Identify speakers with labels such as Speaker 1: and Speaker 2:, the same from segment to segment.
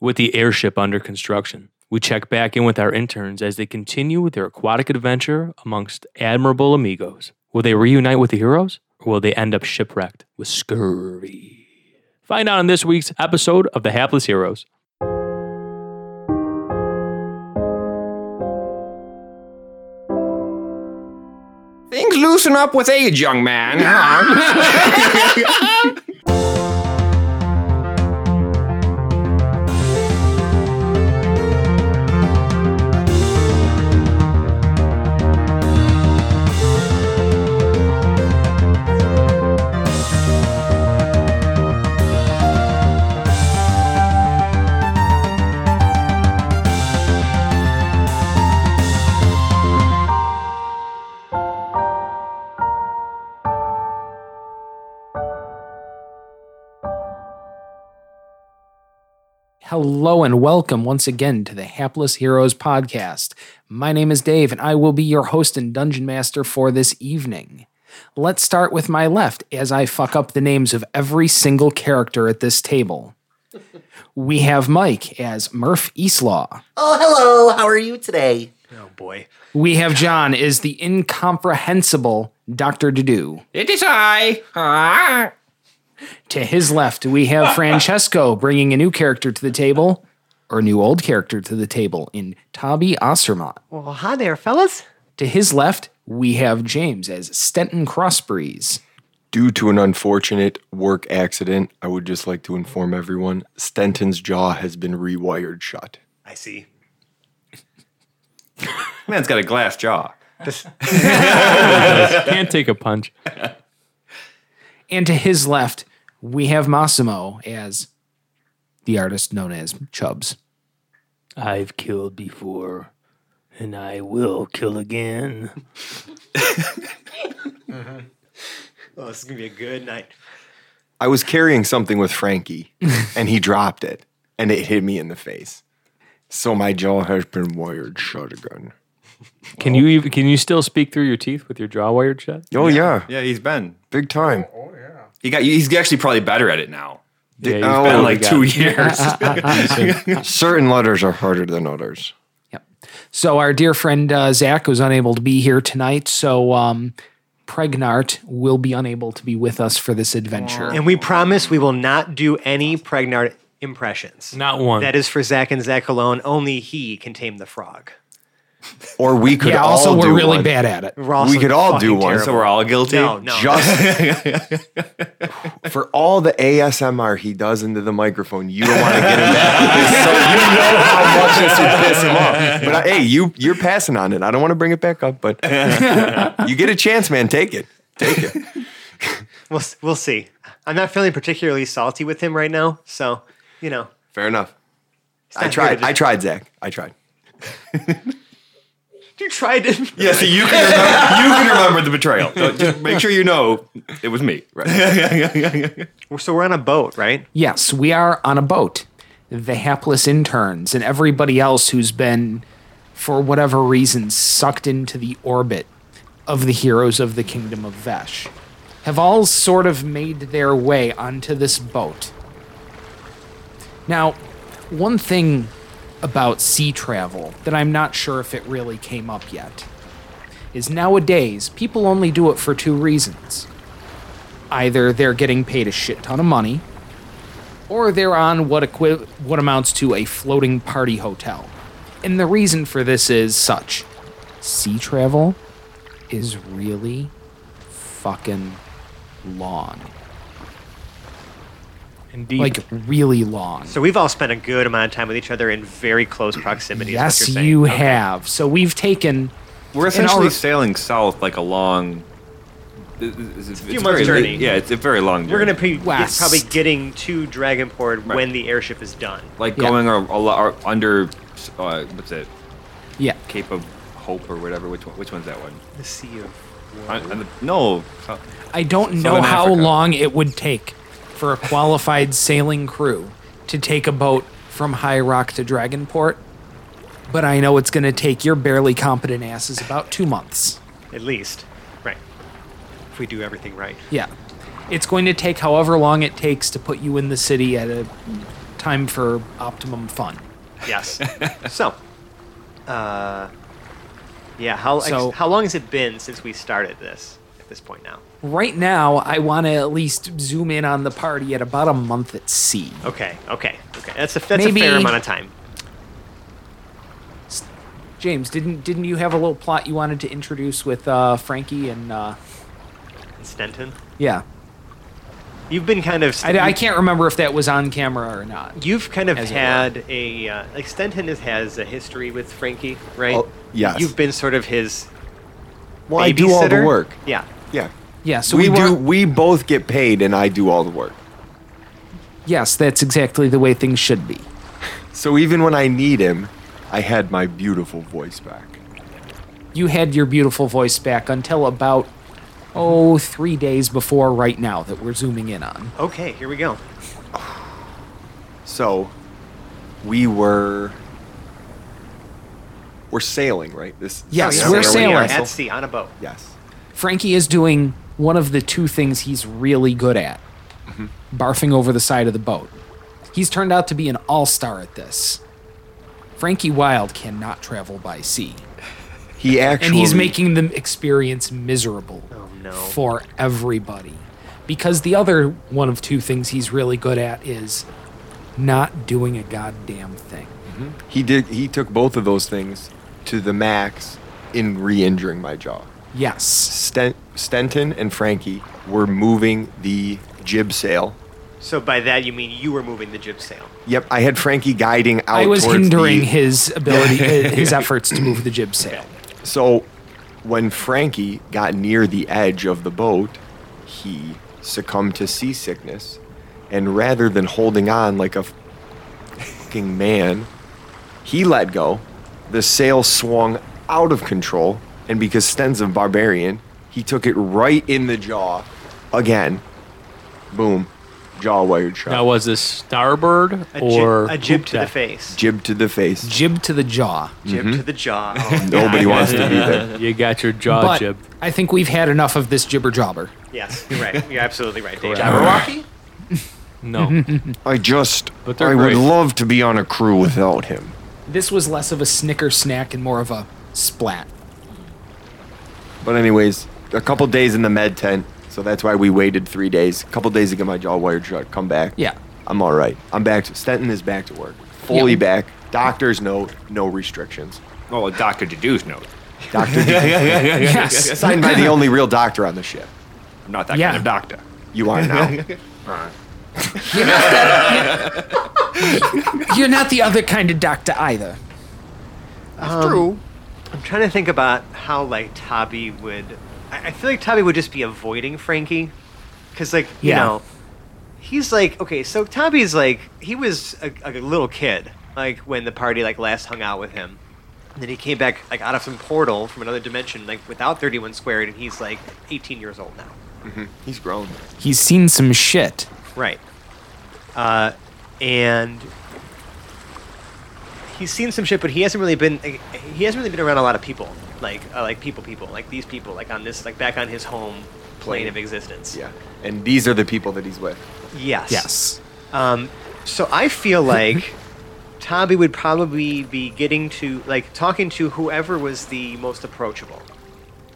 Speaker 1: With the airship under construction, we check back in with our interns as they continue with their aquatic adventure amongst admirable amigos. Will they reunite with the heroes, or will they end up shipwrecked with scurvy? Find out in this week's episode of The Hapless Heroes.
Speaker 2: Things loosen up with age, young man.
Speaker 3: Hello and welcome once again to the Hapless Heroes podcast. My name is Dave and I will be your host and dungeon master for this evening. Let's start with my left as I fuck up the names of every single character at this table. We have Mike as Murph Eastlaw.
Speaker 4: Oh, hello. How are you today?
Speaker 5: Oh boy.
Speaker 3: We have John as the incomprehensible Dr. Dudu.
Speaker 2: it is I. Ah.
Speaker 3: To his left, we have Francesco bringing a new character to the table, or new old character to the table in Tabi Ostermott.
Speaker 5: Well, hi there, fellas.
Speaker 3: To his left, we have James as Stenton Crossbreeze.
Speaker 6: Due to an unfortunate work accident, I would just like to inform everyone Stenton's jaw has been rewired shut.
Speaker 5: I see.
Speaker 7: Man's got a glass jaw.
Speaker 1: Can't take a punch.
Speaker 3: And to his left, we have Massimo as the artist known as Chubbs.
Speaker 1: I've killed before, and I will kill again.
Speaker 5: Oh, this is gonna be a good night.
Speaker 6: I was carrying something with Frankie and he dropped it and it hit me in the face. So my jaw has been wired shut again.
Speaker 1: Can you even, can you still speak through your teeth with your jaw wired shut?
Speaker 6: Oh, yeah.
Speaker 7: Yeah, he's been.
Speaker 6: Big time.
Speaker 7: He got. He's actually probably better at it now.
Speaker 1: Yeah,
Speaker 6: oh,
Speaker 7: Been
Speaker 6: my
Speaker 7: like two years.
Speaker 6: Certain letters are harder than others.
Speaker 3: Yep. So our dear friend uh, Zach was unable to be here tonight, so um, Pregnart will be unable to be with us for this adventure.
Speaker 5: And we promise we will not do any Pregnard impressions.
Speaker 1: Not one.
Speaker 5: That is for Zach and Zach alone. Only he can tame the frog.
Speaker 6: Or we could
Speaker 3: yeah,
Speaker 6: all
Speaker 3: also
Speaker 6: do
Speaker 3: we're really
Speaker 6: one.
Speaker 3: bad at it.
Speaker 5: We're also
Speaker 6: We could all
Speaker 5: fucking
Speaker 6: do one,
Speaker 7: so we're all guilty.
Speaker 5: terrible. no, no.
Speaker 6: Just for all the ASMR he does into the microphone, you don't want to get him back. so you know how much this would piss him off. But I, hey, you you're passing on it. I don't want to bring it back up, but you get a chance, man. Take it. Take it.
Speaker 5: we'll s- we'll see. I'm not feeling particularly salty with him right now, so you know.
Speaker 6: Fair enough. I
Speaker 5: not here
Speaker 6: tried.
Speaker 5: to
Speaker 6: I tried, Zach. I tried.
Speaker 5: You tried it.
Speaker 7: Yeah, so you can remember, you can remember the betrayal. So just make sure you know it was me. Right.
Speaker 5: So we're on a boat, right?
Speaker 3: Yes, we are on a boat. The hapless interns and everybody else who's been, for whatever reason, sucked into the orbit of the heroes of the Kingdom of Vesh have all sort of made their way onto this boat. Now, one thing about sea travel that I'm not sure if it really came up yet is nowadays people only do it for two reasons. Either they're getting paid a shit ton of money, or they're on what equi- what amounts to a floating party hotel. And the reason for this is such sea travel is really fucking long.
Speaker 1: Indeed.
Speaker 3: Like really long.
Speaker 5: So we've all spent a good amount of time with each other in very close proximity. is what
Speaker 3: yes,
Speaker 5: you're saying.
Speaker 3: you have. So we've taken
Speaker 7: We're
Speaker 3: And all
Speaker 7: essentially
Speaker 3: the-
Speaker 7: sailing south like a long. It's, it's
Speaker 5: few
Speaker 7: very
Speaker 5: months'
Speaker 7: li-
Speaker 5: journey.
Speaker 7: Yeah, it's a very long. Journey.
Speaker 5: We're gonna be
Speaker 3: West.
Speaker 5: probably getting to Dragonport when the airship is done.
Speaker 7: like
Speaker 3: yeah.
Speaker 7: going ar- a lo- ar- under. Uh, what's it?
Speaker 3: yeah.
Speaker 7: Cape of Hope or whatever. Which one? Which one's that one?
Speaker 5: The Sea of
Speaker 7: On- on the- no. so-
Speaker 3: I don't know
Speaker 7: Southern
Speaker 3: how
Speaker 7: Africa.
Speaker 3: long it would take for a qualified sailing crew to take a boat from High Rock to Dragonport, but I know it's going to take your barely competent asses about 2 months.
Speaker 5: At least. Right. If we do everything right.
Speaker 3: Yeah. It's going to take however long it takes to put you in the city at a time for optimum fun.
Speaker 5: Yes. so, uh, yeah. How
Speaker 3: So-
Speaker 5: how long has it been since we started this? At this point now.
Speaker 3: Right now, I want to at least zoom in on the party at about a month at sea.
Speaker 5: Okay. Okay. Okay. That's a that's
Speaker 3: Maybe-
Speaker 5: a fair amount of time.
Speaker 3: James, didn't didn't you have a little plot you wanted to introduce with uh, Frankie and uh,
Speaker 5: Stenton,
Speaker 3: yeah?
Speaker 5: you've been kind of.
Speaker 3: I, I can't remember if that was on camera or not.
Speaker 5: You've kind of
Speaker 3: As it were.
Speaker 5: had a uh, like Stenton is, has a history with Frankie, right?
Speaker 6: Oh, yes.
Speaker 5: You've been sort of his.
Speaker 6: Well, I do all the
Speaker 5: babysitter?
Speaker 6: work.
Speaker 5: Yeah.
Speaker 6: Yeah.
Speaker 3: Yeah, so
Speaker 6: we,
Speaker 3: we, were,
Speaker 6: do. We both get paid, and I do all the work.
Speaker 3: Yes, that's exactly the way things should be.
Speaker 6: So even when I need him, I had my beautiful voice back.
Speaker 3: You had your beautiful voice back until about oh three days before right now that we're zooming in on.
Speaker 5: Okay. Here we go.
Speaker 6: So we were we're sailing, right? This
Speaker 3: Yes,
Speaker 6: this
Speaker 3: we're
Speaker 6: is
Speaker 3: sailing.
Speaker 6: vessel.
Speaker 5: at sea on a boat.
Speaker 6: Yes.
Speaker 3: Frankie is doing one of the two things he's really good at
Speaker 6: Mm-hmm.
Speaker 3: barfing over the side of the boat. He's turned out to be an all star at this. Frankie Wilde cannot travel by sea,
Speaker 6: He actually
Speaker 3: and he's making the experience miserable
Speaker 6: Oh,
Speaker 5: no.
Speaker 3: for everybody. Because the other one of two things he's really good at is not doing a goddamn thing.
Speaker 6: he did he took both of those things to the max in re-injuring my jaw.
Speaker 3: Yes.
Speaker 6: Stent, Stenton and Frankie were moving the jib sail.
Speaker 5: So by that you mean you were moving the jib sail.
Speaker 6: Yep, I had Frankie guiding out.
Speaker 3: I was
Speaker 6: Oh, towards
Speaker 3: hindering
Speaker 6: the-
Speaker 3: his ability, his efforts to move the jib sail.
Speaker 6: So when Frankie got near the edge of the boat, he succumbed to seasickness. And rather than holding on like a fucking man, he let go. The sail swung out of control. And because Sten's a barbarian, he took it right in the jaw again. Boom. Jaw wired shut.
Speaker 1: Now, was this starboard
Speaker 5: A
Speaker 1: or
Speaker 5: jib, a jib
Speaker 1: poop
Speaker 5: to the
Speaker 1: deck?
Speaker 5: face,
Speaker 6: Jib to the face.
Speaker 3: Jib to the jaw.
Speaker 5: jib to the jaw. Oh,
Speaker 6: Mm-hmm. Nobody
Speaker 5: God.
Speaker 6: wants to be there.
Speaker 1: You got your
Speaker 5: Uh,
Speaker 1: jaw
Speaker 3: but
Speaker 1: jib.
Speaker 3: I think we've had enough of this jibber jobber.
Speaker 5: Yes, you're right. You're absolutely right, Dave.
Speaker 4: Jabberwocky?
Speaker 1: No.
Speaker 6: I just,
Speaker 1: But they're
Speaker 6: I would
Speaker 1: great.
Speaker 6: love to be on a crew without him.
Speaker 3: This was less of a snicker snack and more of a splat.
Speaker 6: But anyways, a couple days in the med tent, so that's why we waited three days. A couple days to get my jaw wired shut. Come back.
Speaker 3: Yeah.
Speaker 6: I'm all right. I'm back. To, Stenton is back to work, fully
Speaker 3: Yeah.
Speaker 6: back. Doctor's note, no restrictions.
Speaker 7: Oh, Doctor Dedue's note.
Speaker 6: Doctor
Speaker 3: Yes.
Speaker 6: signed by the only real doctor on the ship.
Speaker 7: I'm not that
Speaker 3: Yeah.
Speaker 7: kind of doctor.
Speaker 6: You are now.
Speaker 3: You're not the other kind of doctor either.
Speaker 5: I'm trying to think about how like Tabby would. I, I feel like Tabby would just be avoiding Frankie, because like you
Speaker 3: Yeah.
Speaker 5: know, he's like okay. So Tabby's like he was a, a little kid like when the party like last hung out with him. And then he came back like out of some portal from another dimension like without 31 squared, and he's like 18 years old now.
Speaker 6: He's grown.
Speaker 3: He's seen some shit.
Speaker 5: Right. Uh, and he's seen some shit, but he hasn't really been he hasn't really been around a lot of people, like uh, like people, people, like these people, like on this, like back on his home plane of existence.
Speaker 6: Yeah. And these are the people that he's with.
Speaker 5: Yes.
Speaker 3: Yes.
Speaker 5: Um, so I feel like Tabby would probably be getting to like talking to whoever was the most approachable.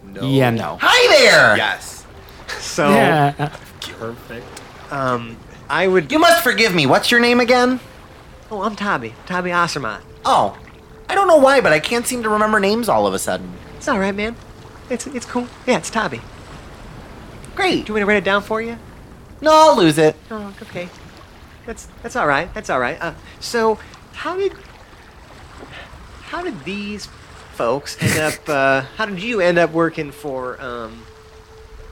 Speaker 6: No.
Speaker 3: Yeah, no.
Speaker 4: Hi there!
Speaker 6: Yes.
Speaker 5: So
Speaker 3: Yeah. uh,
Speaker 5: um, I would.
Speaker 4: You must forgive me. What's your name again?
Speaker 5: Oh, I'm Tabby. Tabby Osserman.
Speaker 4: Oh, I don't know why, but I can't seem to remember names all of a sudden.
Speaker 5: It's all right, man. It's it's cool. Yeah, it's Tabby.
Speaker 4: Great.
Speaker 5: Do you want me to write it down for you?
Speaker 4: No, I'll lose it.
Speaker 5: Oh, okay. That's that's all right. That's all right. Uh, so, how did how did these folks end up? Uh, how did you end up working for um,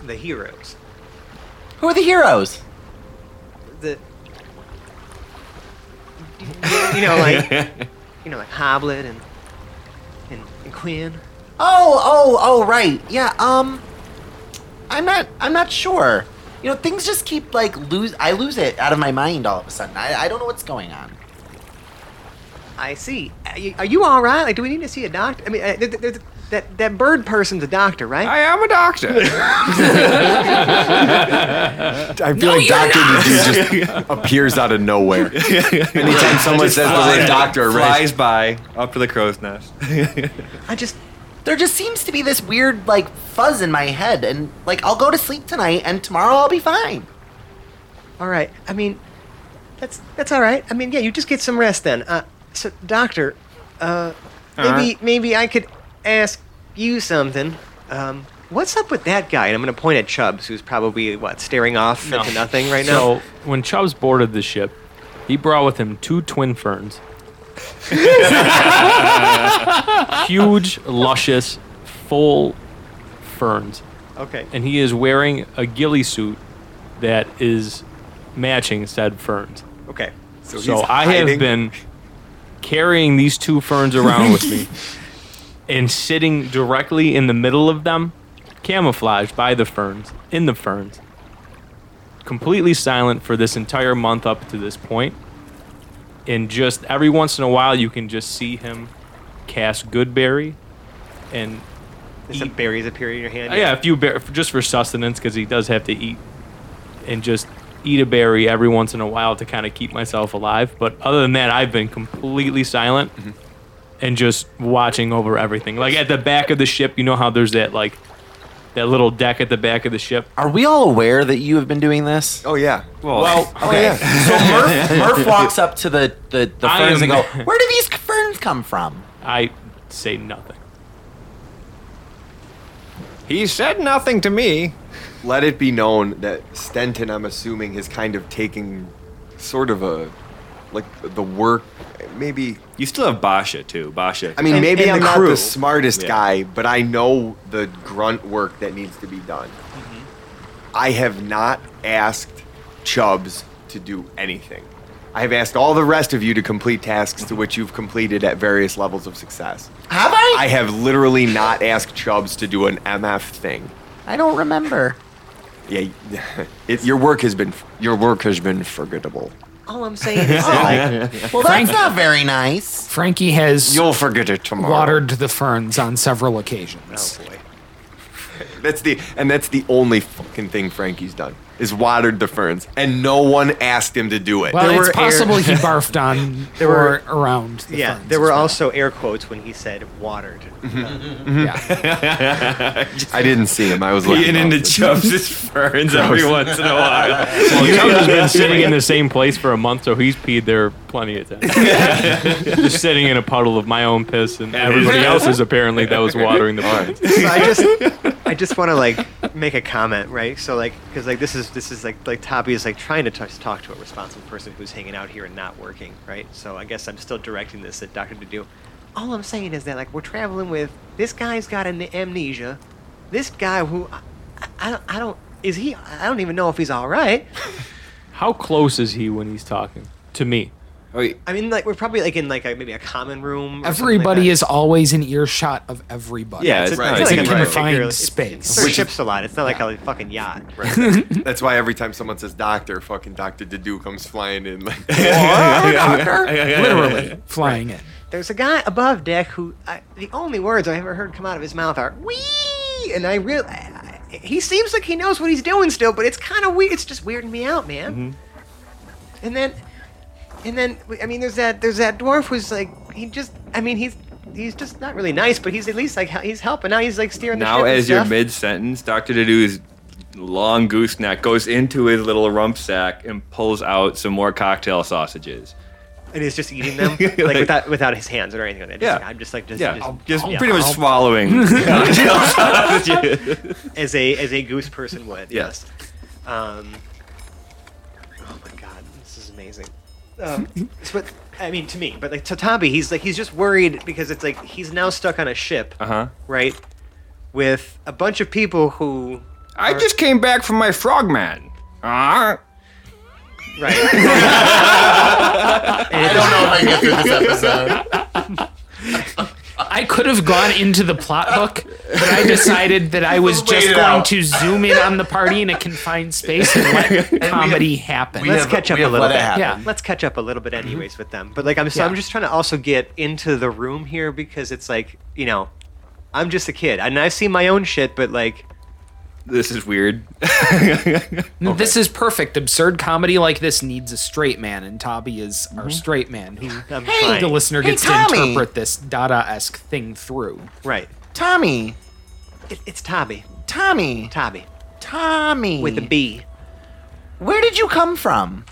Speaker 5: the heroes?
Speaker 4: Who are the heroes?
Speaker 5: The you know, like you know, like Hoblet and and, and Quinn.
Speaker 4: Oh, oh, oh, right. Yeah. Um, I'm not. I'm not sure. You know, things just keep like lose. I lose it out of my mind all of a sudden. I, I don't know what's going on.
Speaker 5: I see. Are you, are you all right? Like, do we need to see a doctor? I mean, uh, th- th- th- That that bird person's a doctor, right?
Speaker 2: I am a doctor.
Speaker 6: I feel like Doctor Dudu just appears out of nowhere. Anytime someone says the word doctor, right?
Speaker 7: flies by up to the crow's nest.
Speaker 5: I just
Speaker 4: There just seems to be this weird like fuzz in my head, and like I'll go to sleep tonight, and tomorrow I'll be fine.
Speaker 5: all right. I mean, that's that's all right. I mean, yeah, you just get some rest then. Uh, so, doctor, uh, maybe maybe I could ask you something. Um, what's up with that guy? And I'm gonna point at Chubbs, who's probably what staring off into nothing right now.
Speaker 1: So when Chubbs boarded the ship, he brought with him two twin ferns. Huge, luscious, full ferns.
Speaker 5: Okay.
Speaker 1: And he is wearing a ghillie suit that is matching said ferns.
Speaker 5: Okay.
Speaker 1: So, I have been carrying these two ferns around with me and sitting directly in the middle of them, camouflaged by the ferns, in the ferns. Completely silent for this entire month up to this point. And just every once in a while, you can just see him cast Goodberry and
Speaker 5: There's some berries appear in your hand.
Speaker 1: uh, Yeah, a few bear just for sustenance because he does have to eat and just eat a berry every once in a while to kind of keep myself alive. But other than that, I've been completely silent
Speaker 6: Mm-hmm.
Speaker 1: and just watching over everything. Like at the back of the ship, you know how there's that like that little deck at the back of the ship.
Speaker 4: Are we all aware that you have been doing this?
Speaker 6: Oh yeah.
Speaker 7: well,
Speaker 4: Okay. So Murph, Murph walks up to the the, the
Speaker 1: I
Speaker 4: ferns and go,
Speaker 1: am-
Speaker 4: "Where do these ferns come from?"
Speaker 1: I say nothing.
Speaker 2: he said nothing to me.
Speaker 6: Let it be known that Stenton, I'm assuming, is kind of taking sort of a like the work. Maybe
Speaker 7: you still have Basha too. Basha.
Speaker 6: I mean,
Speaker 5: And-
Speaker 6: maybe
Speaker 5: and
Speaker 6: I'm not
Speaker 5: crew.
Speaker 6: the smartest
Speaker 7: Yeah.
Speaker 6: guy, but I know the grunt work that needs to be done. I have not asked Chubbs to do anything. I have asked all the rest of you to complete tasks to which you've completed at various levels of success.
Speaker 4: Have I?
Speaker 6: I have literally not asked Chubbs to do an MF thing.
Speaker 4: I don't remember.
Speaker 6: Yeah, it, your work has been your work has been forgettable.
Speaker 5: All I'm saying
Speaker 4: Oh,
Speaker 5: is,
Speaker 4: Well, that's not very nice.
Speaker 3: Frankie has
Speaker 6: You'll forget it tomorrow.
Speaker 3: watered the ferns on several
Speaker 5: Oh,
Speaker 3: occasions.
Speaker 6: That's the and that's the only fucking thing Frankie's done is watered the ferns, and no one asked him to do it.
Speaker 3: Well,
Speaker 5: There
Speaker 3: it's
Speaker 5: were air-
Speaker 3: possible he barfed on
Speaker 5: There were-
Speaker 3: or around the
Speaker 5: yeah,
Speaker 3: ferns
Speaker 5: there
Speaker 3: as
Speaker 5: were
Speaker 3: well.
Speaker 5: also air quotes when he said "watered."
Speaker 3: Yeah.
Speaker 6: I didn't see him. I was looking
Speaker 7: Being
Speaker 6: out.
Speaker 7: into Chubbs' ferns every once in a while.
Speaker 1: Well, Chubbs has been sitting in the same place for a month, so he's peed there plenty of times. just sitting in a puddle of my own piss and everybody else's apparently that was watering the
Speaker 6: All
Speaker 1: plants.
Speaker 6: right.
Speaker 5: So I just, I just want to like make a comment, right? So like, because like this is this is like like Toppy is like trying to t- talk to a responsible person who's hanging out here and not working, right? So I guess I'm still directing this at Doctor Dudu. All I'm saying is that like we're traveling with this guy's got an amnesia, this guy who I, I- I don't I don't is he I don't even know if he's all right.
Speaker 1: How close is he when he's talking to me?
Speaker 5: I mean like we're probably like in like a, maybe a common room. or something like
Speaker 3: Everybody
Speaker 5: that.
Speaker 3: is always an earshot of everybody.
Speaker 7: Yeah,
Speaker 5: It's,
Speaker 7: it's,
Speaker 5: right.
Speaker 7: not-
Speaker 5: it's
Speaker 7: it's
Speaker 5: like
Speaker 3: a
Speaker 5: a
Speaker 3: confined
Speaker 5: particular- it's-
Speaker 3: space.
Speaker 5: It's, their
Speaker 3: Which-
Speaker 5: ships a lot. It's not like a fucking yacht. Right.
Speaker 6: That's why every time someone says doctor, fucking Doctor Dedu comes flying in. Like,
Speaker 3: Literally flying in.
Speaker 5: There's a guy above deck who I, the only words I ever heard come out of his mouth are "wee," and I real I, I- he seems like he knows what he's doing still, but it's kind of weird. It's just weirding me out, man.
Speaker 7: Mm-hmm.
Speaker 5: And then, and then I mean, there's that there's that dwarf who's like he just I mean he's he's just not really nice, but he's at least like hel- he's helping out. He's like steering the
Speaker 7: now
Speaker 5: ship and
Speaker 7: as you're
Speaker 5: stuff.
Speaker 7: mid sentence, Doctor Dedu's long gooseneck goes into his little rump sack and pulls out some more cocktail sausages.
Speaker 5: and he's just eating them like,
Speaker 7: Like-
Speaker 5: without without his hands or anything. Like that. Just-
Speaker 7: Yeah.
Speaker 5: I'm just like just,
Speaker 7: Yeah,
Speaker 5: just,
Speaker 7: just
Speaker 5: yeah.
Speaker 7: pretty much swallowing Uh-huh. cocktail sausages.
Speaker 5: as a as a goose person would.
Speaker 7: Yes.
Speaker 5: Um, oh my god, this is amazing. Um, it's what I mean to me, but like Tatabi, he's like he's just worried because it's like he's now stuck on a ship,
Speaker 7: Uh huh.
Speaker 5: right, with a bunch of people who,
Speaker 2: I just came back from my frogman. Ah.
Speaker 5: right?
Speaker 4: I
Speaker 5: and
Speaker 4: don't know if I get through this episode.
Speaker 3: I could have gone into the plot hook, but I decided that I was just
Speaker 4: Wait it
Speaker 3: going
Speaker 4: out.
Speaker 3: to zoom in on the party in a confined space and let comedy happen.
Speaker 4: we
Speaker 5: let's
Speaker 4: have-
Speaker 5: catch up
Speaker 4: we
Speaker 5: a
Speaker 4: have
Speaker 5: little
Speaker 4: let it
Speaker 5: bit.
Speaker 4: happen. Mm-hmm.
Speaker 3: Yeah.
Speaker 5: Let's catch up a little bit, anyways, with them. But like, I'm so I'm
Speaker 3: Yeah.
Speaker 5: just trying to also get into the room here because it's like you know, I'm just a kid, and I've seen my own shit, but like,
Speaker 7: This is weird.
Speaker 3: No, This is perfect. Absurd comedy like this needs a straight man, and Toby is our straight man who
Speaker 5: I'm
Speaker 4: Hey,
Speaker 5: trying.
Speaker 3: the listener
Speaker 4: Hey,
Speaker 3: gets to
Speaker 4: Tommy!
Speaker 3: interpret this Dada esque thing through.
Speaker 5: right.
Speaker 4: Tommy,
Speaker 5: It, it's Tommy.
Speaker 4: Tommy,
Speaker 5: Tommy
Speaker 4: Tommy.
Speaker 5: with a B.
Speaker 4: Where did you come from?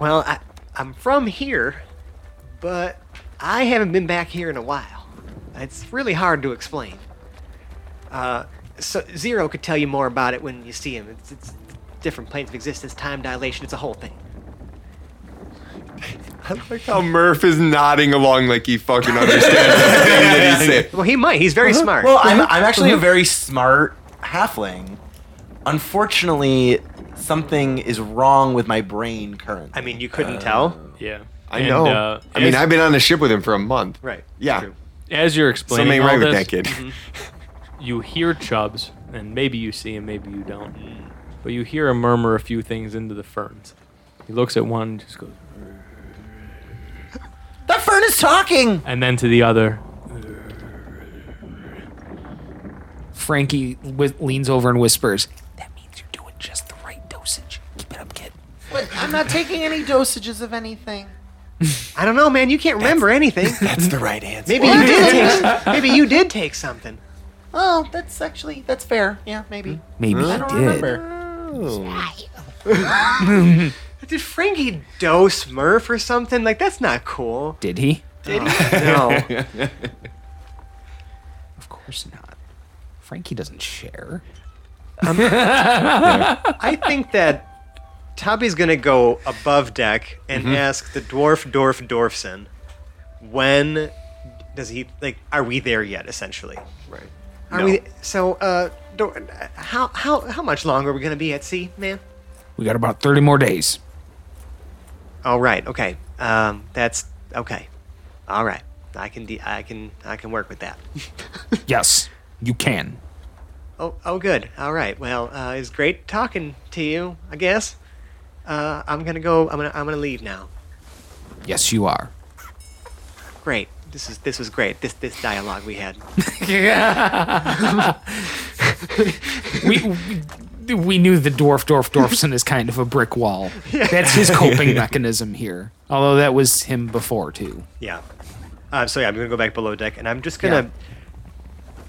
Speaker 5: Well, I, I'm from here, but I haven't been back here in a while. It's really hard to explain. Uh, so Zero could tell you more about it when you see him. It's, it's different planes of existence, time dilation. It's a whole thing.
Speaker 6: I like how Murph is nodding along like he fucking understands the thing that he's saying.
Speaker 5: Well, he might. He's very smart.
Speaker 4: Uh-huh.
Speaker 5: Mm-hmm.
Speaker 4: Well, I'm, I'm actually a very smart halfling. Unfortunately, something is wrong with my brain currently.
Speaker 5: I mean, you
Speaker 4: uh,
Speaker 5: couldn't tell.
Speaker 1: Yeah.
Speaker 6: I
Speaker 1: And,
Speaker 6: know.
Speaker 1: uh,
Speaker 6: I mean,
Speaker 1: as-
Speaker 6: I've been on a ship with him for a month.
Speaker 5: Right.
Speaker 6: Yeah.
Speaker 5: True.
Speaker 1: as you're explaining
Speaker 6: Something
Speaker 1: all
Speaker 6: right with
Speaker 1: this,
Speaker 6: that kid.
Speaker 1: you hear Chubbs, and maybe you see him, maybe you don't.
Speaker 8: Mm.
Speaker 1: But you hear him murmur a few things into the ferns. He looks at one, and just goes,
Speaker 4: that fern is talking.
Speaker 1: and then to the other.
Speaker 3: Frankie wi- leans over and whispers, That means you're doing just the right dosage. Keep it up, kid.
Speaker 4: But I'm not taking any dosages of anything.
Speaker 5: I don't know, man. You can't remember anything.
Speaker 4: That's the right answer.
Speaker 5: Maybe you did take. s- Maybe you did take something.
Speaker 4: Oh, that's actually that's fair. Yeah, maybe.
Speaker 3: Maybe
Speaker 4: I don't remember.
Speaker 5: Did Frankie dose Murph or something? Like that's not cool.
Speaker 3: Did he?
Speaker 5: Did he? No.
Speaker 3: Of course not. Frankie doesn't share.
Speaker 5: I think that Tabby's gonna go above deck and ask the dwarf dwarf dwarfson when does he like are we there yet essentially
Speaker 7: Right.
Speaker 5: are we so uh dwar- how how how much longer are we gonna be at sea man
Speaker 3: We got about 30 more days.
Speaker 5: all Oh, right okay um that's okay all right I can de- I can I can work with that
Speaker 3: Yes, you can.
Speaker 5: Oh, oh, good. All right. Well, uh, it's great talking to you. I guess. Uh, I'm gonna go. I'm gonna. I'm gonna leave now.
Speaker 3: Yes, you are.
Speaker 5: Great. This is. This was great. This. This dialogue we had.
Speaker 3: we, we we knew the dwarf dwarf dwarfson is kind of a brick wall. That's his coping mechanism here. Although that was him before too.
Speaker 5: Yeah. Uh, so yeah, I'm gonna go back below deck, and I'm just gonna.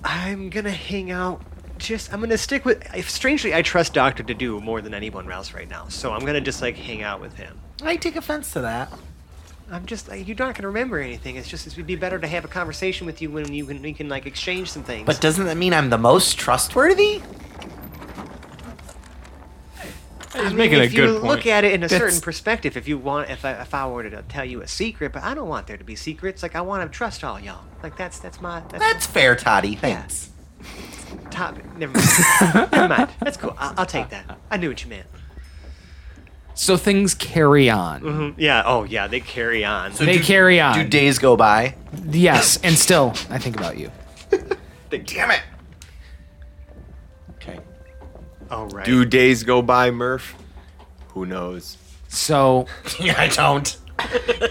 Speaker 5: I'm gonna hang out. Just I'm gonna stick with. If, strangely, I trust Doctor to do more than anyone else right now. So I'm gonna just like hang out with him.
Speaker 4: I take offense to that.
Speaker 5: I'm just like, you're not gonna remember anything. It's just it would be better to have a conversation with you when you can we can like exchange some things.
Speaker 4: But doesn't that mean I'm the most trustworthy?
Speaker 5: I mean,
Speaker 1: making a
Speaker 5: if you
Speaker 1: good
Speaker 5: look
Speaker 1: point.
Speaker 5: at it in a certain
Speaker 3: That's-
Speaker 5: perspective, if you want, if I, if I were to tell you a secret, but I don't want there to be secrets. Like I want to trust all y'all. Like that's that's my that's,
Speaker 4: That's fair, Toddy. Thanks.
Speaker 5: top. Never mind. never mind. That's cool. I'll, I'll take that. I knew what you meant.
Speaker 3: So things carry on.
Speaker 5: Yeah. Oh yeah. They carry on.
Speaker 4: So
Speaker 3: They
Speaker 4: Mm-hmm. do-
Speaker 3: carry on.
Speaker 4: Do days go by?
Speaker 3: yes, and still I think about you.
Speaker 4: Damn it. Okay.
Speaker 5: oh right.
Speaker 6: Do days go by, Murph? Who knows?
Speaker 3: So
Speaker 4: Yeah, I don't.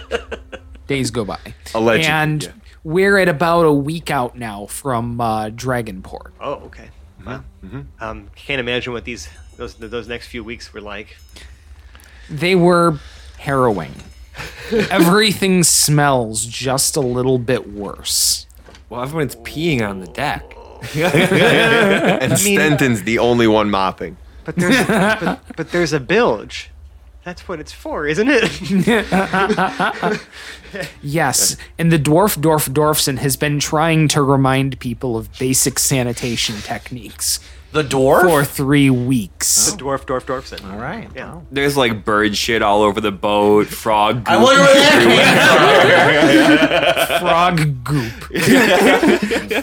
Speaker 3: days go by.
Speaker 6: Allegedly,
Speaker 3: And
Speaker 6: yeah.
Speaker 3: we're at about a week out now from uh, Dragonport.
Speaker 5: Oh okay. Wow. Um, can't imagine what these those those next few weeks were like.
Speaker 3: They were harrowing. Everything smells just a little bit worse.
Speaker 8: Well, everyone's peeing on the deck.
Speaker 6: And Stenton's the only one mopping.
Speaker 5: But there's but, but there's a bilge. That's what it's for, isn't it?
Speaker 3: Yes, and the dwarf dwarf dwarfson has been trying to remind people of basic sanitation techniques
Speaker 4: The dwarf?
Speaker 3: for three weeks.
Speaker 5: dwarf, dwarf, dwarfson.
Speaker 4: All right.
Speaker 5: Yeah.
Speaker 7: There's like bird shit all over the boat, frog
Speaker 4: I
Speaker 7: goop.
Speaker 4: wonder where that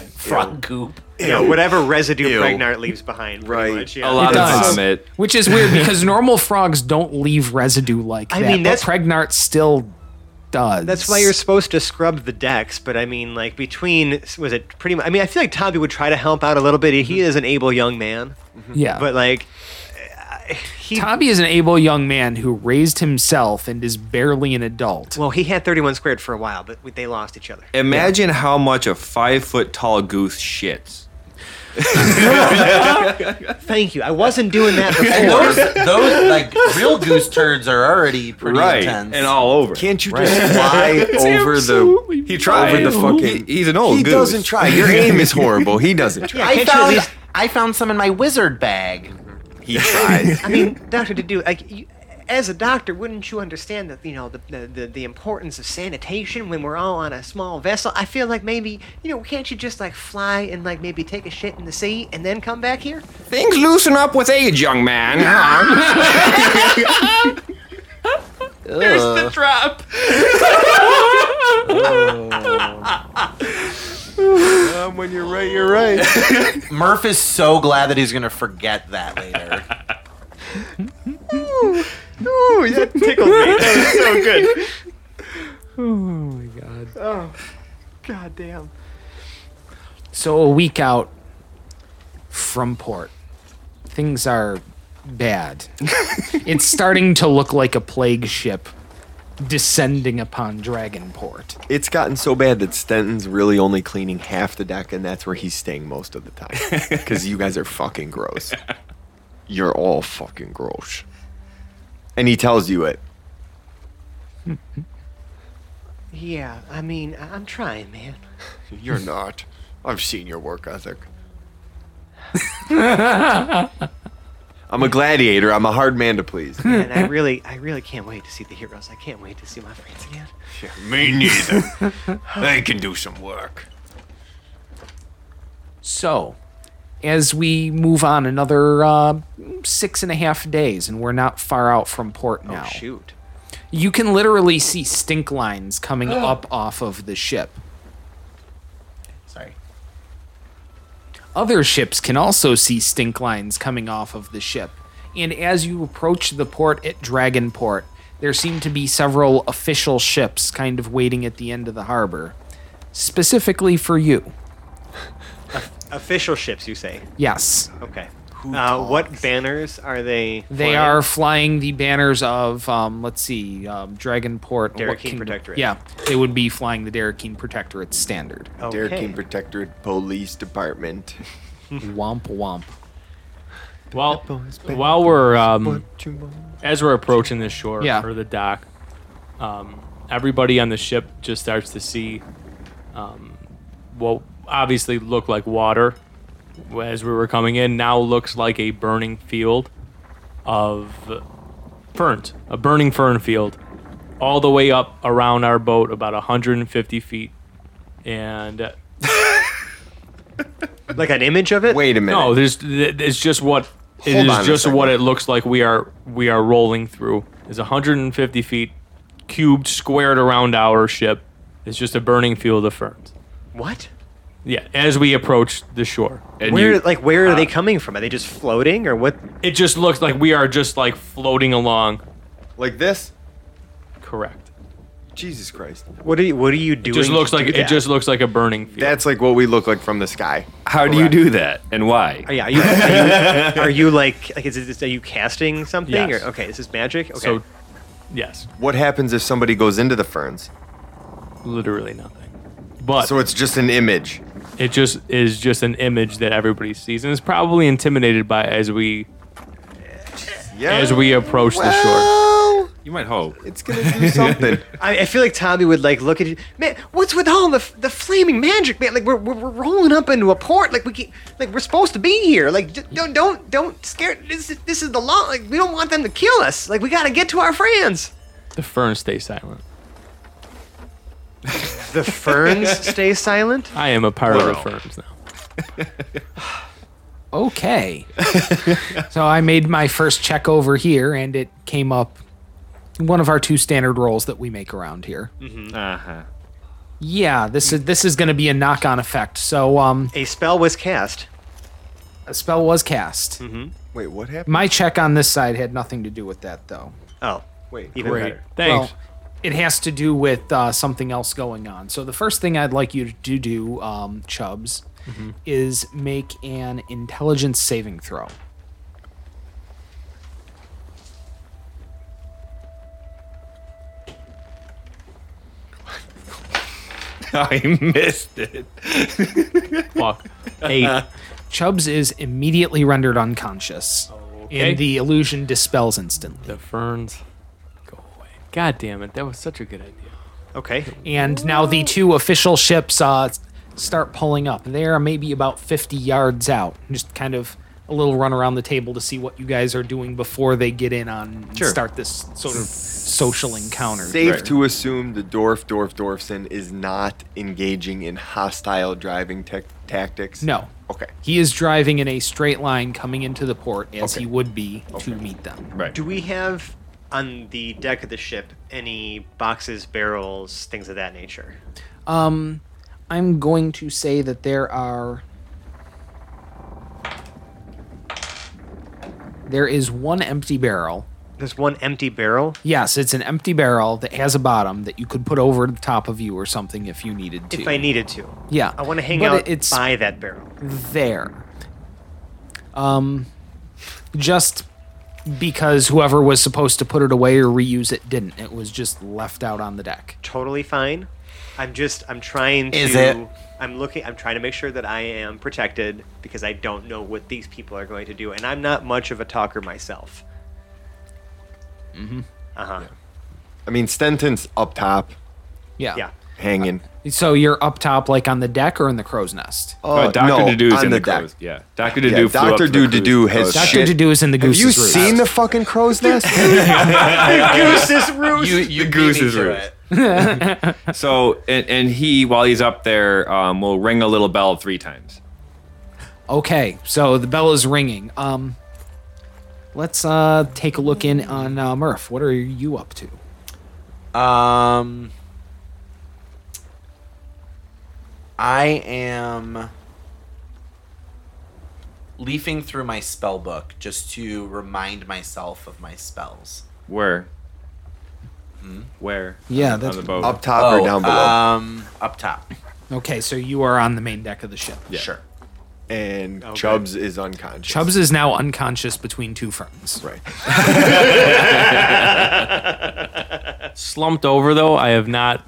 Speaker 3: Frog goop.
Speaker 4: frog goop.
Speaker 5: Yeah, whatever residue Pregnart leaves behind. pretty
Speaker 6: Right.
Speaker 5: Much,
Speaker 7: a
Speaker 5: yeah.
Speaker 7: lot
Speaker 3: It
Speaker 7: of
Speaker 3: does.
Speaker 7: vomit.
Speaker 3: Which is weird because normal frogs don't leave residue like
Speaker 5: I
Speaker 3: that.
Speaker 5: mean,
Speaker 3: but
Speaker 5: that's-
Speaker 3: Pregnart still does.
Speaker 5: That's why you're supposed to scrub the decks, but I mean, like between was it pretty much? I mean, I feel like Tommy would try to help out a little bit. He is an able young man,
Speaker 3: yeah.
Speaker 5: but like he
Speaker 3: Tommy is an able young man who raised himself and is barely an adult.
Speaker 5: well, he had 31 squared for a while, but we- they lost each other.
Speaker 7: Imagine how much a five foot tall goose shits.
Speaker 5: Thank you. I wasn't doing that
Speaker 4: And
Speaker 5: before.
Speaker 4: those, those like real goose turds are already pretty intense.
Speaker 7: And all over.
Speaker 6: Can't you just fly over the?
Speaker 7: he tried.
Speaker 6: Over the fucking.
Speaker 7: He- he's an old
Speaker 6: He
Speaker 7: goose.
Speaker 6: doesn't try. Your aim is horrible. He doesn't try.
Speaker 5: Can't you
Speaker 4: I
Speaker 5: at
Speaker 4: found
Speaker 5: least-
Speaker 4: I found some in my wizard bag.
Speaker 6: He tried.
Speaker 5: I mean, doctor, to do like, you, as a doctor, wouldn't you understand that you know the, the the the importance of sanitation when we're all on a small vessel? I feel like maybe you know, can't you just like fly and like maybe take a shit in the sea and then come back here?
Speaker 2: Things loosen up with age, young man. huh?
Speaker 6: Um, when you're right, you're right.
Speaker 4: Murph is so glad that he's gonna forget that later.
Speaker 5: Ooh, that tickled me. That was so good. Oh my god. Oh, god damn.
Speaker 3: So a week out from port, things are bad. it's starting to look like a plague ship descending upon Dragonport.
Speaker 6: It's gotten so bad that Stenton's really only cleaning half the deck, and that's where he's staying most of the time. Because you guys are fucking gross. You're all fucking gross. And he tells you it.
Speaker 5: Yeah, I mean, I- I'm trying, man.
Speaker 6: You're not. I've seen your work ethic. I'm a gladiator. I'm a hard man to please.
Speaker 5: And I really, I really can't wait to see the heroes. I can't wait to see my friends again.
Speaker 8: Me neither. I can do some work.
Speaker 3: So, as we move on another uh, six and a half days, and we're not far out from port now,
Speaker 5: Shoot.
Speaker 3: you can literally see stink lines coming up off of the ship.
Speaker 4: Sorry.
Speaker 3: Other ships can also see stink lines coming off of the ship. And as you approach the port at Dragonport, there seem to be several official ships kind of waiting at the end of the harbor, specifically for you.
Speaker 5: Official ships, you say?
Speaker 3: Yes.
Speaker 5: Okay. Uh, what banners are they?
Speaker 3: They
Speaker 5: flying?
Speaker 3: are flying the banners of, um, let's see, um, Dragonport.
Speaker 5: Darakeen
Speaker 3: what kingdom-
Speaker 5: Protectorate.
Speaker 3: Yeah, they would be flying the Darakeen Protectorate standard.
Speaker 6: Derek
Speaker 5: Okay.
Speaker 6: King Protectorate Police Department.
Speaker 5: Um,
Speaker 3: womp womp.
Speaker 1: While while we're um, as we're approaching the shore
Speaker 3: Yeah.
Speaker 1: or the dock, um, everybody on the ship just starts to see um, what obviously looked like water as we were coming in. Now looks like a burning field of ferns, a burning fern field, all the way up around our boat, about 150 feet, and
Speaker 5: like an image of it.
Speaker 6: Wait a minute.
Speaker 1: No, there's th- it's just what it
Speaker 6: Hold on
Speaker 1: is
Speaker 6: a
Speaker 1: just
Speaker 6: second.
Speaker 1: what it looks like we are we are rolling through. It's 150 feet cubed squared around our ship. It's just a burning field of ferns.
Speaker 5: What?
Speaker 1: Yeah, as we approach the shore.
Speaker 7: And
Speaker 5: Where
Speaker 7: you-
Speaker 5: like where are they coming from? Are they just floating or what?
Speaker 1: It just looks like we are just like floating along.
Speaker 6: like this?
Speaker 1: Correct.
Speaker 6: Jesus Christ.
Speaker 5: What are you What are you doing?
Speaker 1: Just looks
Speaker 5: to
Speaker 1: like
Speaker 5: do
Speaker 1: it
Speaker 5: that?
Speaker 1: just looks like a burning field.
Speaker 6: That's like what we look like from the sky.
Speaker 7: How do you do that and why?
Speaker 5: Oh, yeah. Are you, are you, are you like like is it, are you casting something
Speaker 1: Yes.
Speaker 5: or okay? Is this magic? Okay.
Speaker 1: So yes,
Speaker 6: What happens if somebody goes into the ferns?
Speaker 1: literally nothing. But
Speaker 6: So it's just an image.
Speaker 1: it just is just an image that everybody sees and is probably intimidated by as we
Speaker 6: Yeah.
Speaker 1: as we approach the shore.
Speaker 6: Well,
Speaker 7: You might hope.
Speaker 6: it's gonna do something.
Speaker 5: I, I feel like Tommy would like look at you, man. What's with all the f- the flaming magic, man? Like we're, we're, we're rolling up into a port, like we can, like we're supposed to be here. Like j- don't don't don't scare. This is- this is the law. Like we don't want them to kill us. Like we gotta get to our friends.
Speaker 1: The ferns stay silent.
Speaker 5: The ferns stay silent.
Speaker 1: I am a part of the firms now.
Speaker 3: Okay. so I made my first check over here, and it came up one of our two standard rolls that we make around here.
Speaker 7: Uh huh.
Speaker 3: Yeah, this is this is going to be a knock-on effect. So um,
Speaker 5: A spell was cast.
Speaker 3: a spell was cast.
Speaker 6: Wait, what happened?
Speaker 3: My check on this side had nothing to do with that, though.
Speaker 5: Oh,
Speaker 6: Wait,
Speaker 5: even
Speaker 1: Great.
Speaker 5: better.
Speaker 1: Thanks.
Speaker 3: Well, it has to do with uh, something else going on. So the first thing I'd like you to do, um, Chubbs,
Speaker 7: Mm-hmm.
Speaker 3: is make an intelligence saving throw.
Speaker 7: I missed it.
Speaker 1: Fuck. Eight.
Speaker 3: Chubbs is immediately rendered unconscious,
Speaker 7: Oh,
Speaker 1: Okay.
Speaker 3: and the illusion dispels instantly.
Speaker 1: The ferns. Go away. God damn it. That was such a good idea.
Speaker 5: Okay.
Speaker 3: And now the two official ships uh, s- start pulling up. They are maybe about 50 yards out. Just kind of a little run around the table to see what you guys are doing before they get in on and
Speaker 5: Sure.
Speaker 3: start this sort of social encounter.
Speaker 6: Safe to assume the Dorf Dorf Dorfson is not engaging in hostile driving tec- tactics.
Speaker 3: No.
Speaker 6: Okay.
Speaker 3: He is driving in a straight line coming into the port as
Speaker 6: Okay.
Speaker 3: he would be to meet them.
Speaker 7: Right.
Speaker 5: Do we have on the deck of the ship any boxes, barrels, things of that nature?
Speaker 3: Um, I'm going to say that there are. There is one empty barrel.
Speaker 5: There's one empty barrel.
Speaker 3: Yes, it's an empty barrel that has a bottom that you could put over the top of you or something if you needed to.
Speaker 5: If I needed to,
Speaker 3: yeah,
Speaker 5: I want to hang
Speaker 3: But
Speaker 5: out
Speaker 3: It's
Speaker 5: by that barrel.
Speaker 3: there. Um, just because whoever was supposed to put it away or reuse it didn't. It was just left out on the deck.
Speaker 5: Totally fine. I'm just I'm trying to.
Speaker 4: Is it?
Speaker 5: I'm looking. I'm trying to make sure that I am protected because I don't know what these people are going to do, and I'm not much of a talker myself. Mm-hmm. Uh huh.
Speaker 6: I mean, Stenton's up top,
Speaker 3: Yeah.
Speaker 5: Yeah.
Speaker 6: hanging.
Speaker 3: So you're up top, like on the deck or in the crow's nest?
Speaker 6: Oh,
Speaker 7: Doctor
Speaker 6: no,
Speaker 7: Dudu's
Speaker 6: on
Speaker 7: in
Speaker 6: the
Speaker 7: the,
Speaker 6: deck.
Speaker 7: cruise. Yeah, Doctor
Speaker 6: Yeah,
Speaker 7: Dudu. flew up
Speaker 6: Dr.
Speaker 7: to the
Speaker 6: Dudu
Speaker 7: cruise.
Speaker 6: has-
Speaker 3: Dr.
Speaker 6: Shit.
Speaker 3: Dudu is in the
Speaker 6: Have
Speaker 3: goose's
Speaker 6: you
Speaker 3: roost.
Speaker 6: seen the fucking crow's nest?
Speaker 5: Goose's roost.
Speaker 7: you, the goose is roost. so and, and he while he's up there um, will ring a little bell three times.
Speaker 3: Okay, so the bell is ringing. Um, let's uh take a look in on uh, Murph. What are you up to?
Speaker 4: Um, I am leafing through my spell book just to remind myself of my spells.
Speaker 7: Where? Where?
Speaker 3: Yeah,
Speaker 7: on,
Speaker 3: that's-
Speaker 7: on the boat.
Speaker 6: up top
Speaker 3: Oh,
Speaker 6: or down below?
Speaker 3: uh,
Speaker 4: Um, up top.
Speaker 3: Okay, so you are on the main deck of the ship.
Speaker 4: Sure.
Speaker 6: and Chubbs is unconscious.
Speaker 3: Chubbs is now unconscious between two ferns.
Speaker 6: right.
Speaker 1: Slumped over though, I have not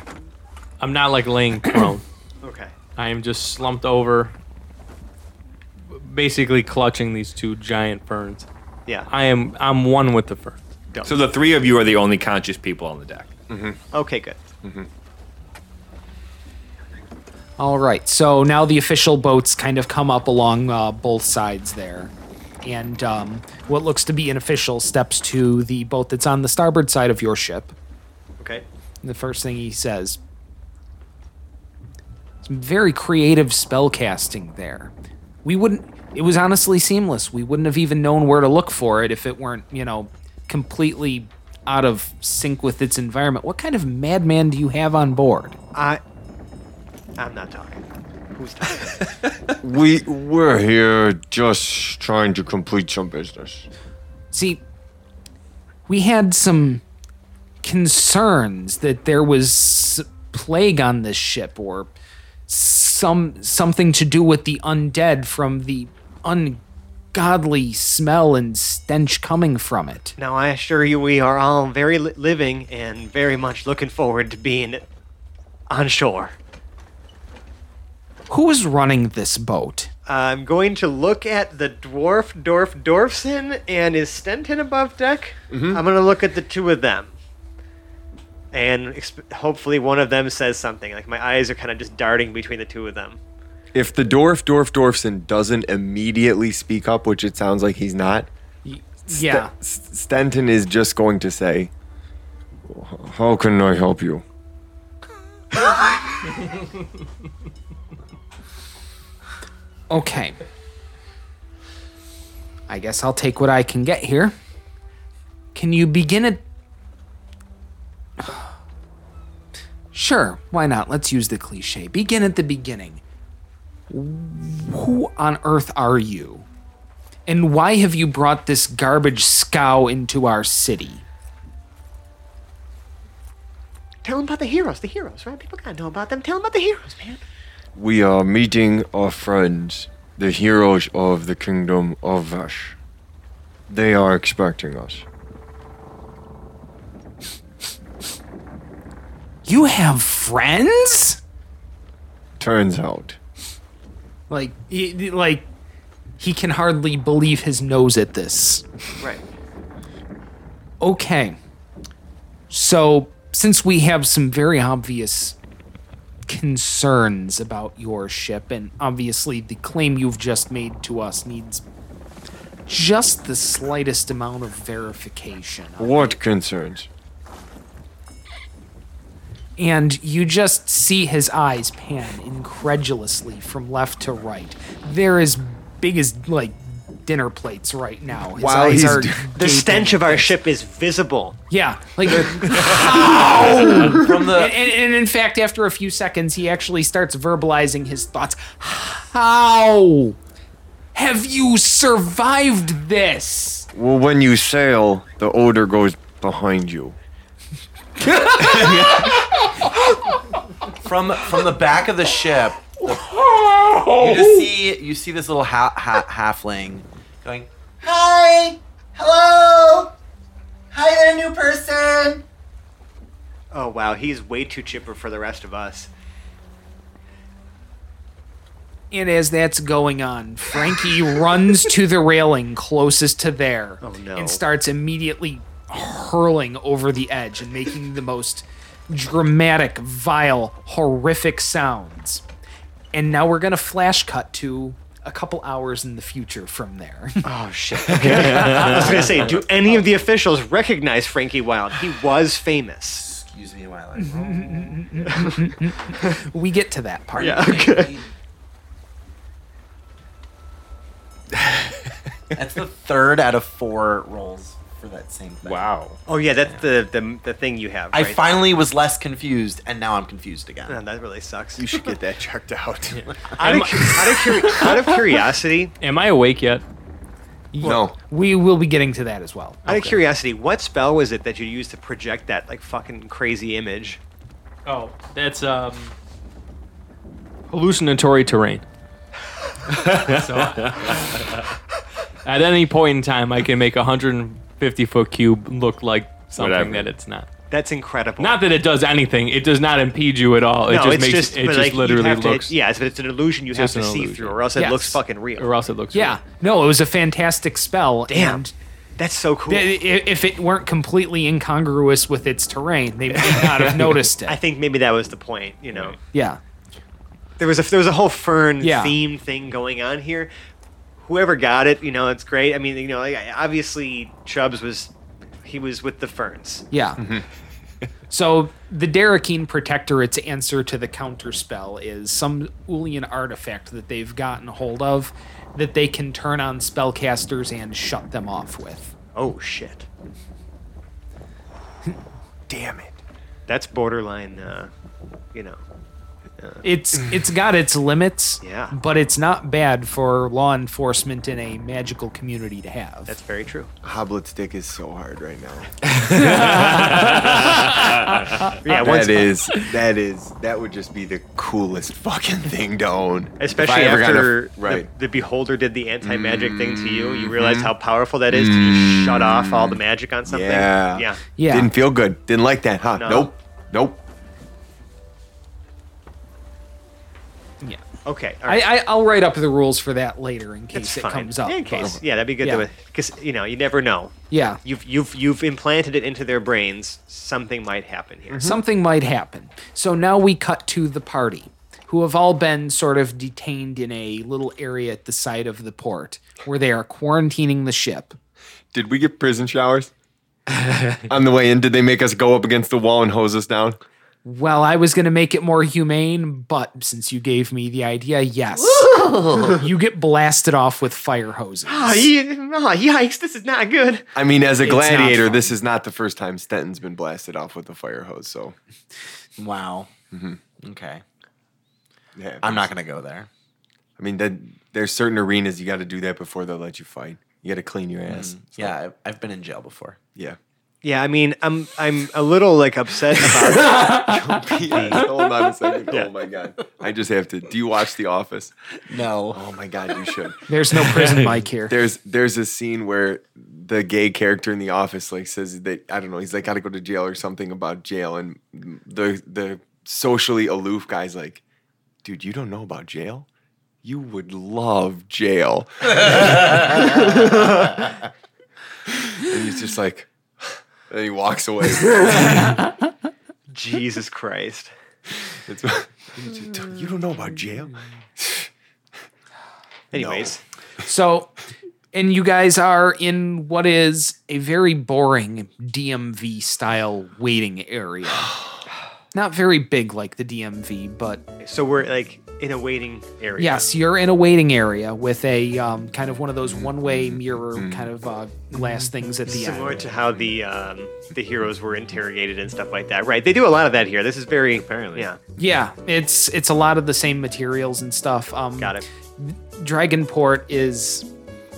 Speaker 1: I'm not like laying prone.
Speaker 5: Okay.
Speaker 1: I am just slumped over basically clutching these two giant ferns.
Speaker 5: Yeah.
Speaker 1: I am I'm one with the ferns.
Speaker 7: So the three of you are the only conscious people on the deck.
Speaker 5: Okay. Good.
Speaker 3: All right, so now the official boats kind of come up along uh, both sides there. And um, what looks to be an official steps to the boat that's on the starboard side of your ship.
Speaker 5: Okay.
Speaker 3: The first thing he says some very creative spell casting there. We wouldn't it was honestly seamless. We wouldn't have even known where to look for it if it weren't, you know, completely out of sync with its environment. What kind of madman do you have on board?
Speaker 5: I. I'm not talking. Who's talking?
Speaker 6: We we're here just trying to complete some business.
Speaker 3: See, we had some concerns that there was plague on this ship or some something to do with the undead from the ungodly smell and stench coming from it.
Speaker 5: Now, I assure you, we are all very li- living and very much looking forward to being on shore.
Speaker 3: Who is running this boat?
Speaker 5: I'm going to look at the dwarf, dwarf, dwarfson, and is Stenton above deck? I'm going to look at the two of them. And exp- hopefully, one of them says something. Like, my eyes are kind of just darting between the two of them.
Speaker 6: If the Dorf Dorf Dorfson doesn't immediately speak up, which it sounds like he's not,
Speaker 3: Yeah.
Speaker 6: S- Stenton is just going to say, "How can I help you?"
Speaker 3: Okay. I guess I'll take what I can get here. Can you begin it? Sure, why not? Let's use the cliche. Begin at the beginning. Who on earth are you? And why have you brought this garbage scow into our city?
Speaker 5: Tell them about the heroes, the heroes, right? People got to know about them. Tell them about the heroes, man.
Speaker 6: We are meeting our friends, the heroes of the kingdom of Vash. They are expecting us.
Speaker 3: You have friends?
Speaker 6: Turns out.
Speaker 3: Like, he, like he can hardly believe his nose at this.
Speaker 5: Right.
Speaker 3: Okay. So, since we have some very obvious concerns about your ship, and obviously the claim you've just made to us needs just the slightest amount of verification.
Speaker 6: What concerns?
Speaker 3: and you just see his eyes pan incredulously from left to right. They're as big as like dinner plates right now. His
Speaker 6: While
Speaker 3: eyes
Speaker 6: he's
Speaker 3: are
Speaker 6: do-
Speaker 5: The
Speaker 3: gaping.
Speaker 5: stench of our ship is visible.
Speaker 3: Yeah, like
Speaker 7: From
Speaker 3: and,
Speaker 7: the
Speaker 3: and, and in fact, after a few seconds, he actually starts verbalizing his thoughts. How have you survived this?
Speaker 6: Well, when you sail, the odor goes behind you.
Speaker 4: from from the back of the ship. you just see you see this little ha- ha- halfling going, "Hi, hello, hi there, new person."
Speaker 5: Oh wow, he's way too chipper for the rest of us.
Speaker 3: And as that's going on, Frankie runs to the railing closest to there
Speaker 5: Oh, no.
Speaker 3: and starts immediately hurling over the edge and making the most dramatic, vile, horrific sounds. And now we're going to flash cut to a couple hours in the future from there.
Speaker 5: Oh shit. Okay. I was gonna say, do any of the officials recognize Frankie Wilde? He was famous.
Speaker 4: Excuse me while I roll.
Speaker 3: we get to that part.
Speaker 5: Okay.
Speaker 4: That's the third out of four rolls for that same thing.
Speaker 6: Wow.
Speaker 5: Oh yeah, that's the the, the thing you have.
Speaker 4: I
Speaker 5: right?
Speaker 4: finally was less confused, and now I'm confused again.
Speaker 5: Oh, that really sucks.
Speaker 6: You should get that checked out.
Speaker 5: Out of, cu- out, of curi- out of curiosity,
Speaker 1: Am I awake yet?
Speaker 6: no.
Speaker 3: We will be getting to that as well.
Speaker 5: out of curiosity, what spell was it that you used to project that like fucking crazy image?
Speaker 1: Oh, that's um hallucinatory terrain. so, uh, at any point in time, I can make a 150 foot cube look like something
Speaker 7: Whatever.
Speaker 1: that it's not.
Speaker 5: That's incredible.
Speaker 1: Not that it does anything. It does not impede you at all. it
Speaker 5: no,
Speaker 1: just
Speaker 5: it's
Speaker 1: makes
Speaker 5: just,
Speaker 1: it
Speaker 5: but,
Speaker 1: just
Speaker 5: like, you
Speaker 1: literally
Speaker 5: have to-
Speaker 1: looks
Speaker 5: yeah, it's, but it's an illusion you have
Speaker 1: Just
Speaker 5: to
Speaker 1: an
Speaker 5: see
Speaker 1: illusion.
Speaker 5: through, or else it
Speaker 3: Yes.
Speaker 5: looks fucking real.
Speaker 1: or else it looks
Speaker 3: Yeah. No, it was a fantastic spell.
Speaker 5: Damn,
Speaker 3: and
Speaker 5: that's so cool.
Speaker 3: th- i- if it weren't completely incongruous with its terrain, they would not have noticed it.
Speaker 5: I think maybe that was the point. You know,
Speaker 3: Yeah.
Speaker 5: there was a there was a whole fern
Speaker 3: Yeah.
Speaker 5: theme thing going on here. Whoever got it, you know, it's great. I mean, you know, like, obviously Chubbs was he was with the ferns.
Speaker 3: Yeah.
Speaker 5: Mm-hmm.
Speaker 3: so the Darakine Protector, its answer to the counter spell is some Ulian artifact that they've gotten hold of that they can turn on spellcasters and shut them off with.
Speaker 5: Oh shit,
Speaker 6: Damn it.
Speaker 5: that's borderline. Uh, you know,
Speaker 3: It's it's got its limits,
Speaker 5: Yeah.
Speaker 3: but it's not bad for law enforcement in a magical community to have.
Speaker 5: that's very true.
Speaker 6: Hoblet's dick is so hard right now.
Speaker 5: Yeah, once,
Speaker 6: That is, that is, that would just be the coolest fucking thing to own. If
Speaker 5: especially
Speaker 6: I ever got a-
Speaker 5: after
Speaker 6: right. Mm-hmm.
Speaker 5: the, the beholder did the anti-magic thing to you, you realize how powerful that is to just shut off all the magic on something.
Speaker 6: Yeah.
Speaker 5: yeah.
Speaker 3: Yeah.
Speaker 6: Didn't feel good. Didn't like that, huh?
Speaker 5: No.
Speaker 6: Nope. Nope.
Speaker 3: yeah.
Speaker 5: Okay, all right.
Speaker 3: I, I I'll write up the rules for that later in case
Speaker 5: That's
Speaker 3: it
Speaker 5: fine.
Speaker 3: comes up.
Speaker 5: In
Speaker 3: but-
Speaker 5: case, yeah, that'd be good
Speaker 3: Yeah.
Speaker 5: to because you know you never know.
Speaker 3: yeah.
Speaker 5: You've you've you've implanted it into their brains. Something might happen here.
Speaker 3: Mm-hmm. something might happen. So now we cut to the party, who have all been sort of detained in a little area at the side of the port where they are quarantining the ship.
Speaker 6: Did we get prison showers? On the way in, did they make us go up against the wall and hose us down?
Speaker 3: Well, I was going to make it more humane, but since you gave me the idea, yes. you get blasted off with fire hoses.
Speaker 5: Ah, ye- ah, yikes! This is not good.
Speaker 6: I mean, as a
Speaker 3: not
Speaker 6: gladiator,
Speaker 3: fun.
Speaker 6: this is not the first time Stenton's been blasted off with a fire hose. So,
Speaker 4: Wow. Okay.
Speaker 6: yeah.
Speaker 4: I'm not gonna go there.
Speaker 6: I mean, that, there's certain arenas you got to do that before they'll let you fight. You got to clean your ass.
Speaker 5: Mm.
Speaker 4: Yeah, I've, I've been in jail before.
Speaker 6: Yeah.
Speaker 5: Yeah, I mean, I'm I'm a little like upset about.
Speaker 6: Hold on a second. Oh my god. I just have to. Do you watch The Office?
Speaker 4: No.
Speaker 6: Oh my god, you should.
Speaker 3: There's no prison mic here.
Speaker 6: There's there's a scene where the gay character in the office like says that I don't know he's like got to go to jail or something about jail and the the socially aloof guy's like dude, you don't know about jail? You would love jail. and he's just like, and he walks away.
Speaker 5: Jesus Christ.
Speaker 6: It's, you don't know about jail?
Speaker 5: Anyways,
Speaker 3: So, and you guys are in what is a very boring DMV style waiting area. Not very big like the DMV, but
Speaker 5: so we're like in a waiting area.
Speaker 3: yes, you're in a waiting area with a um, kind of one of those one way mirror kind of uh, glass things at the
Speaker 5: Hmm. Similar
Speaker 3: end.
Speaker 5: to how the um, the heroes were interrogated and stuff like that, right? They do a lot of that here. This is very apparently, yeah,
Speaker 3: Yeah, it's it's a lot of the same materials and stuff. Um,
Speaker 5: got it.
Speaker 3: Dragonport is,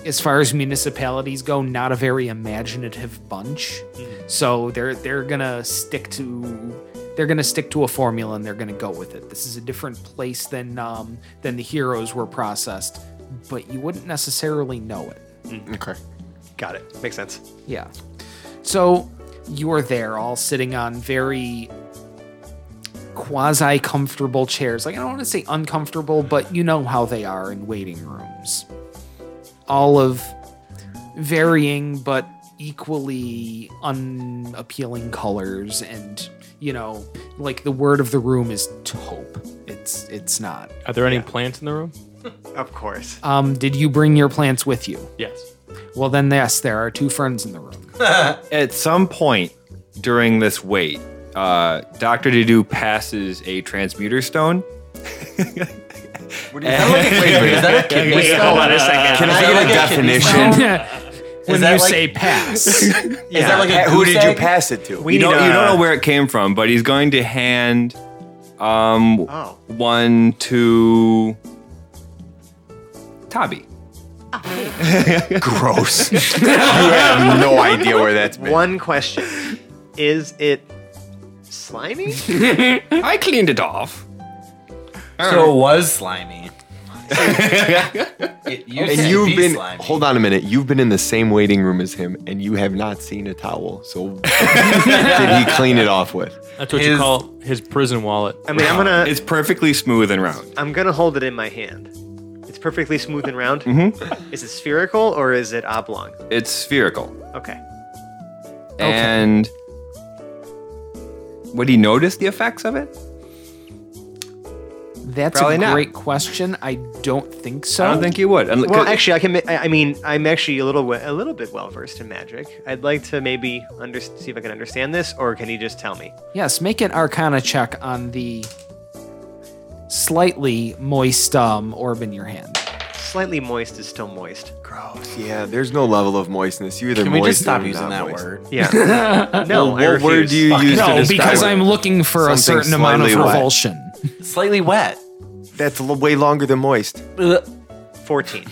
Speaker 3: as far as municipalities go, not a very imaginative bunch.
Speaker 5: Hmm.
Speaker 3: So they're they're gonna stick to they're gonna stick to a formula and they're gonna go with it. This is a different place than um, than the heroes were processed, but you wouldn't necessarily know it.
Speaker 6: Okay.
Speaker 5: Got it. Makes sense.
Speaker 3: Yeah. So you're there, all sitting on very quasi comfortable chairs. Like, I don't want to say uncomfortable, but you know how they are in waiting rooms. All of varying but equally unappealing colors and you know like the word of the room is taupe it's it's not
Speaker 1: Are there any plants in the room?
Speaker 5: Of course.
Speaker 3: um did you bring your plants with you
Speaker 1: Yes.
Speaker 3: well then yes there are two ferns in the room
Speaker 7: At some point during this wait, uh, Doctor Dedu passes a transmuter stone.
Speaker 4: What do you sound like? Wait, wait, is that a kidney
Speaker 5: Wait,
Speaker 4: stone?
Speaker 5: hold on a second.
Speaker 4: Can
Speaker 6: I get a definition?
Speaker 3: when
Speaker 4: that
Speaker 3: you
Speaker 4: like-
Speaker 3: say pass
Speaker 4: Is that like a
Speaker 6: Who did
Speaker 4: goose
Speaker 6: you
Speaker 4: egg?
Speaker 6: pass it to?
Speaker 5: We
Speaker 7: you
Speaker 5: need
Speaker 7: don't,
Speaker 5: a,
Speaker 7: you don't know where it came from, but he's going to hand um,
Speaker 5: Oh.
Speaker 7: one to Tabi.
Speaker 6: Gross. you have no idea where that's been.
Speaker 5: One question: Is it slimy?
Speaker 7: I cleaned it off.
Speaker 4: So it was slimy. it used
Speaker 6: and
Speaker 4: to
Speaker 6: you've
Speaker 4: be
Speaker 6: been
Speaker 4: slimy.
Speaker 6: hold on a minute you've been in the same waiting room as him and you have not seen a towel so what did he clean it off with
Speaker 1: That's what you
Speaker 4: His-
Speaker 1: call his prison wallet.
Speaker 5: I mean, I'm gonna
Speaker 7: It's perfectly smooth and round.
Speaker 5: I'm gonna hold it in my hand. It's perfectly smooth and round. mm-hmm. Is it spherical or is it oblong?
Speaker 7: It's spherical.
Speaker 5: Okay.
Speaker 7: And would he notice the effects of it?
Speaker 3: That's
Speaker 7: Probably
Speaker 3: a
Speaker 7: not.
Speaker 3: great question. I don't think so.
Speaker 7: I don't think he would. Unle-
Speaker 5: Well,
Speaker 7: 'cause-
Speaker 5: actually, I can. ma- I I mean, I'm actually a little we- a little bit well versed in magic. I'd like to maybe under- see if I can understand this, or can you just tell me?
Speaker 3: Yes, make an arcana check on the slightly moist um, orb in your hand.
Speaker 5: Slightly moist is still moist.
Speaker 6: gross yeah there's no level of moistness you either
Speaker 4: Can we
Speaker 6: moist
Speaker 4: just stop
Speaker 6: or
Speaker 4: using
Speaker 6: not
Speaker 4: that
Speaker 6: moist.
Speaker 4: word?
Speaker 5: Yeah. no, I
Speaker 6: what word
Speaker 5: refuse.
Speaker 6: do you use to
Speaker 3: No,
Speaker 6: describe
Speaker 3: because
Speaker 6: it?
Speaker 3: I'm looking for a
Speaker 6: Something
Speaker 3: certain amount of
Speaker 6: slightly wet.
Speaker 3: revulsion.
Speaker 4: Slightly wet.
Speaker 6: that's l- way longer than moist
Speaker 5: Fourteen.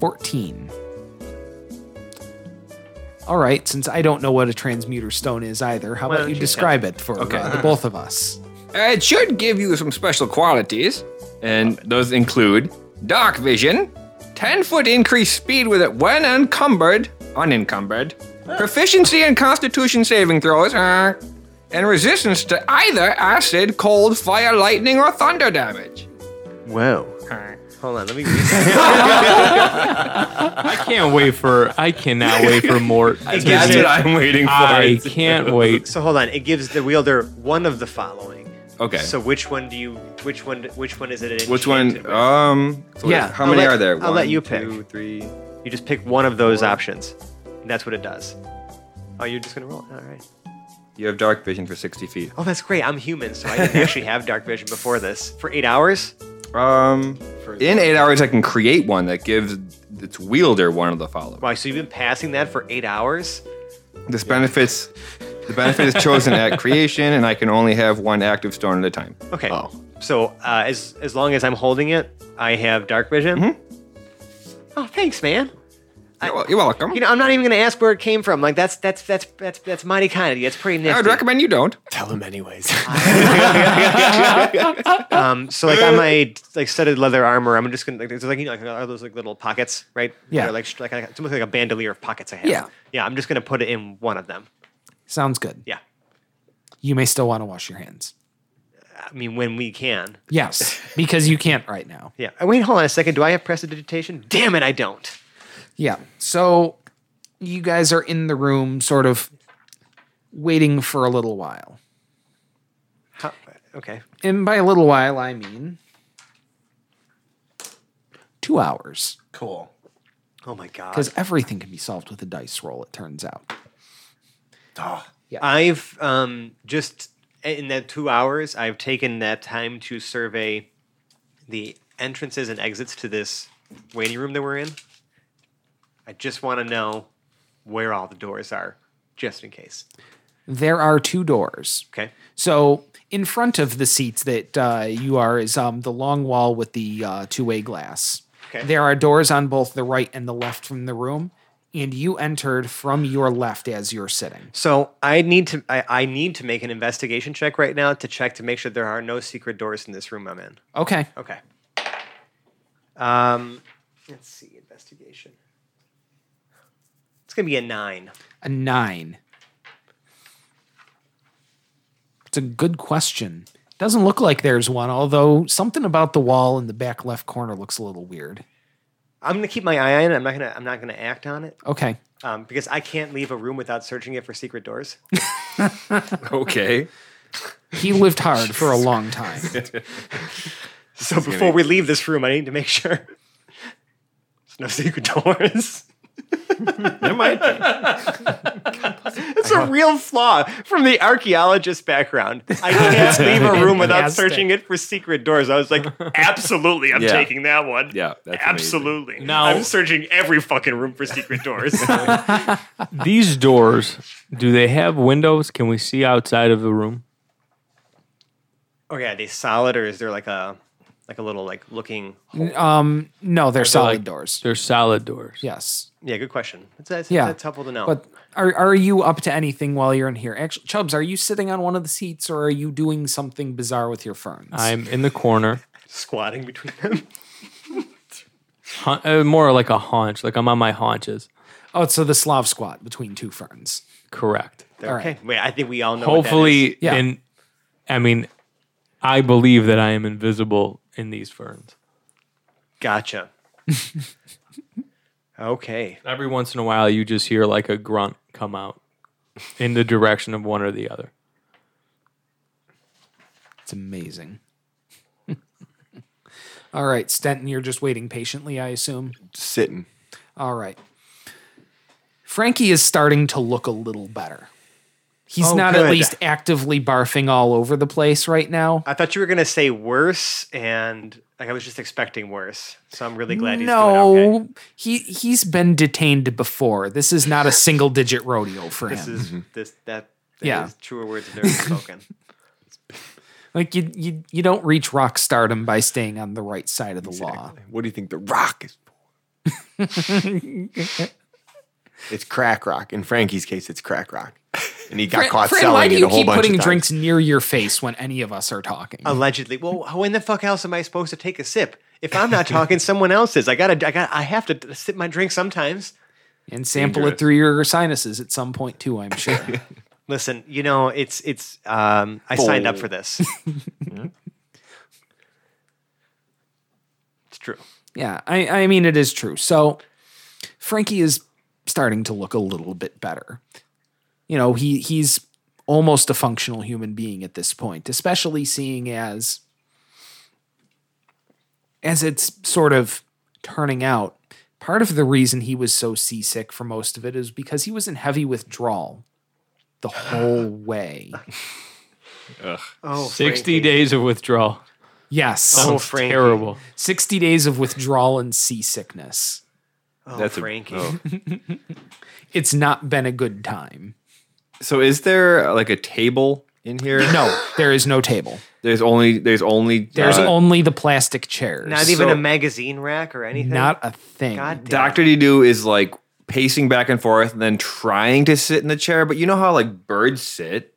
Speaker 3: 14. All right, since I don't know what a transmuter stone is either, how
Speaker 5: Why
Speaker 3: about
Speaker 5: don't
Speaker 3: you
Speaker 5: you
Speaker 3: describe it for uh, the both of us?
Speaker 7: Uh, It should give you some special qualities, and those include dark vision, 10 foot increased speed with it when encumbered, unencumbered, proficiency in constitution saving throws, uh, and resistance to either acid, cold, fire, lightning, or thunder damage.
Speaker 5: Whoa. Hold on, let me. Read
Speaker 1: I can't wait for. I cannot wait for Mort.
Speaker 7: That's what I'm waiting for.
Speaker 1: I can't wait.
Speaker 5: so hold on. It gives the wielder one of the following.
Speaker 7: Okay.
Speaker 5: So which one do you? Which one? Which one is it?
Speaker 7: Which one?
Speaker 5: enchanted with?
Speaker 7: Um. so
Speaker 3: Yeah,
Speaker 7: How
Speaker 5: I'll
Speaker 7: many
Speaker 5: let-
Speaker 7: are there?
Speaker 5: I'll let
Speaker 7: One,
Speaker 5: you pick.
Speaker 7: two, three.
Speaker 5: You just pick one of those options. And that's what it does. Oh, you're just gonna roll. it. All right.
Speaker 7: You have dark vision for 60 feet.
Speaker 5: Oh, that's great. I'm human, so I didn't actually have dark vision before this for eight hours.
Speaker 7: Um. In eight hours, I can create one that gives its wielder one of the following.
Speaker 5: Wow. So you've been passing that for eight hours.
Speaker 7: This benefits the benefit is chosen at creation, and I can only have one active stone at a time.
Speaker 5: Okay. Oh. So uh, as as long as I'm holding it, I have dark vision.
Speaker 7: Mm-hmm.
Speaker 5: Oh, thanks, man.
Speaker 7: You're, wel- you're welcome.
Speaker 5: You know, I'm not even gonna ask where it came from. Like that's that's that's that's that's mighty kind of you. That's pretty nifty.
Speaker 7: I would recommend you don't.
Speaker 6: tell him anyways
Speaker 5: Um, so like
Speaker 7: Uh,
Speaker 5: on my like studded leather armor, I'm just gonna like there's like you know like, are those like little pockets, right?
Speaker 3: Yeah.
Speaker 5: They're, like sh- like it's almost like a bandolier of pockets I have.
Speaker 3: Yeah.
Speaker 5: Yeah. I'm just gonna put it in one of them.
Speaker 3: Sounds good.
Speaker 5: Yeah.
Speaker 3: You may still want to wash your hands.
Speaker 5: I mean, when we can.
Speaker 3: Yes, because you can't right now.
Speaker 5: Yeah. Uh, Wait, hold on a second. Do I have prestidigitation? Damn it, I don't.
Speaker 3: Yeah. So you guys are in the room, sort of waiting for a little while.
Speaker 5: How, okay.
Speaker 3: And by a little while, I mean two hours,
Speaker 4: Cool.
Speaker 5: Oh my god.
Speaker 3: because everything can be solved with a dice roll, it turns out.
Speaker 5: I've um, just in that two hours, I've taken that time to survey the entrances and exits to this waiting room that we're in. I just want to know where all the doors are, just in case.
Speaker 3: There are two doors.
Speaker 5: Okay.
Speaker 3: So in front of the seats that uh, you are is um, the long wall with the uh, two-way glass.
Speaker 5: Okay.
Speaker 3: There are doors on both the right and the left from the room, and you entered from your left as you're sitting.
Speaker 5: So I need to I, I need to make an investigation check right now to check to make sure there are no secret doors in this room I'm in.
Speaker 3: Okay.
Speaker 5: Okay. Um, let's see investigation. It's gonna be a nine.
Speaker 3: A nine. It's a good question. Doesn't look like there's one, although something about the wall in the back left corner looks a little weird.
Speaker 5: I'm gonna keep my eye on it. I'm not gonna. I'm not gonna act on it
Speaker 3: Okay.
Speaker 5: um, because I can't leave a room without searching it for secret doors.
Speaker 7: Okay.
Speaker 3: He lived hard for a long time.
Speaker 5: So before we leave this room, I need to make sure there's no secret doors. it's a real flaw from the archaeologist background. I can't leave a room without
Speaker 3: Fantastic.
Speaker 5: searching it for secret doors. I was like, absolutely, I'm
Speaker 7: Yeah.
Speaker 5: taking that one.
Speaker 7: Yeah. That's amazing.
Speaker 5: Absolutely.
Speaker 1: Now-
Speaker 5: I'm searching every fucking room for secret doors.
Speaker 1: These doors, do they have windows? Can we see outside of the room?
Speaker 5: okay, are they solid or is there like a like a little like looking?
Speaker 3: Um, no, they're solid
Speaker 1: like-
Speaker 3: doors.
Speaker 1: They're solid doors.
Speaker 3: Yes.
Speaker 5: Yeah, good question. That's, that's,
Speaker 3: Yeah.
Speaker 5: that's helpful to know.
Speaker 3: But are are you up to anything while you're in here? Actually, Chubbs, are you sitting on one of the seats or are you doing something bizarre with your ferns?
Speaker 1: I'm in the corner,
Speaker 5: Squatting between them.
Speaker 1: hun- uh, more like a haunch, like I'm on my haunches.
Speaker 3: oh, so the Slav squat between two ferns.
Speaker 1: Correct.
Speaker 3: All
Speaker 5: okay.
Speaker 3: right.
Speaker 5: Wait, I think we all know. what that is.
Speaker 1: Hopefully,
Speaker 3: Yeah.
Speaker 1: and I mean, I believe that I am invisible in these ferns.
Speaker 5: Gotcha. okay.
Speaker 1: Every once in a while, you just hear like a grunt come out in the direction of one or the other.
Speaker 3: It's amazing. All right, Stenton, you're just waiting patiently, I assume.
Speaker 6: Sitting.
Speaker 3: All right. Frankie is starting to look a little better. He's
Speaker 5: Oh,
Speaker 3: not at
Speaker 5: good.
Speaker 3: least actively barfing all over the place right now.
Speaker 5: I thought you were gonna say worse, and like I was just expecting worse. So I'm really glad he's
Speaker 3: no,
Speaker 5: doing okay.
Speaker 3: he he's been detained before. This is not a single digit rodeo for
Speaker 5: This
Speaker 3: him.
Speaker 5: is this that. that
Speaker 3: Yeah.
Speaker 5: is truer words have never been spoken.
Speaker 3: like you, you you don't reach rock stardom by staying on the right side of the law.
Speaker 6: What do you think the rock is for? it's crack rock. In Frankie's case, it's crack rock. And he got
Speaker 3: Fran,
Speaker 6: caught
Speaker 3: Fran,
Speaker 6: selling
Speaker 3: why do
Speaker 6: it
Speaker 3: you
Speaker 6: a whole
Speaker 3: keep
Speaker 6: bunch
Speaker 3: putting
Speaker 6: of times.
Speaker 3: drinks near your face when any of us are talking?
Speaker 5: Allegedly. Well, when the fuck else am I supposed to take a sip? If I'm not talking, someone else is. I gotta. I got. to I have to sip my drink sometimes.
Speaker 3: and sample it through your sinuses at some point too, I'm sure.
Speaker 5: Listen, you know, it's it's. Um, I signed up for this. it's true.
Speaker 3: yeah, I, I mean it is true. So Frankie is starting to look a little bit better. You know, he he's almost a functional human being at this point, especially seeing as as it's sort of turning out. Part of the reason he was so seasick for most of it is because he was in heavy withdrawal the whole way.
Speaker 5: Oh,
Speaker 1: 60 days of withdrawal.
Speaker 3: Yes.
Speaker 5: Oh,
Speaker 1: Sounds
Speaker 5: Frankie.
Speaker 1: terrible.
Speaker 3: 60 days of withdrawal and seasickness.
Speaker 5: Oh,
Speaker 7: That's a-
Speaker 5: Frankie.
Speaker 7: oh.
Speaker 3: It's not been a good time.
Speaker 7: So is there uh, like a table in here?
Speaker 3: No, there is no table.
Speaker 7: There's only there's only
Speaker 3: There's
Speaker 7: uh,
Speaker 3: only the plastic chairs.
Speaker 5: Not even a
Speaker 7: So-
Speaker 5: magazine rack or anything.
Speaker 3: Not a thing.
Speaker 5: God damn.
Speaker 7: Doctor Dedo is like pacing back and forth and then trying to sit in the chair, but you know how like birds sit.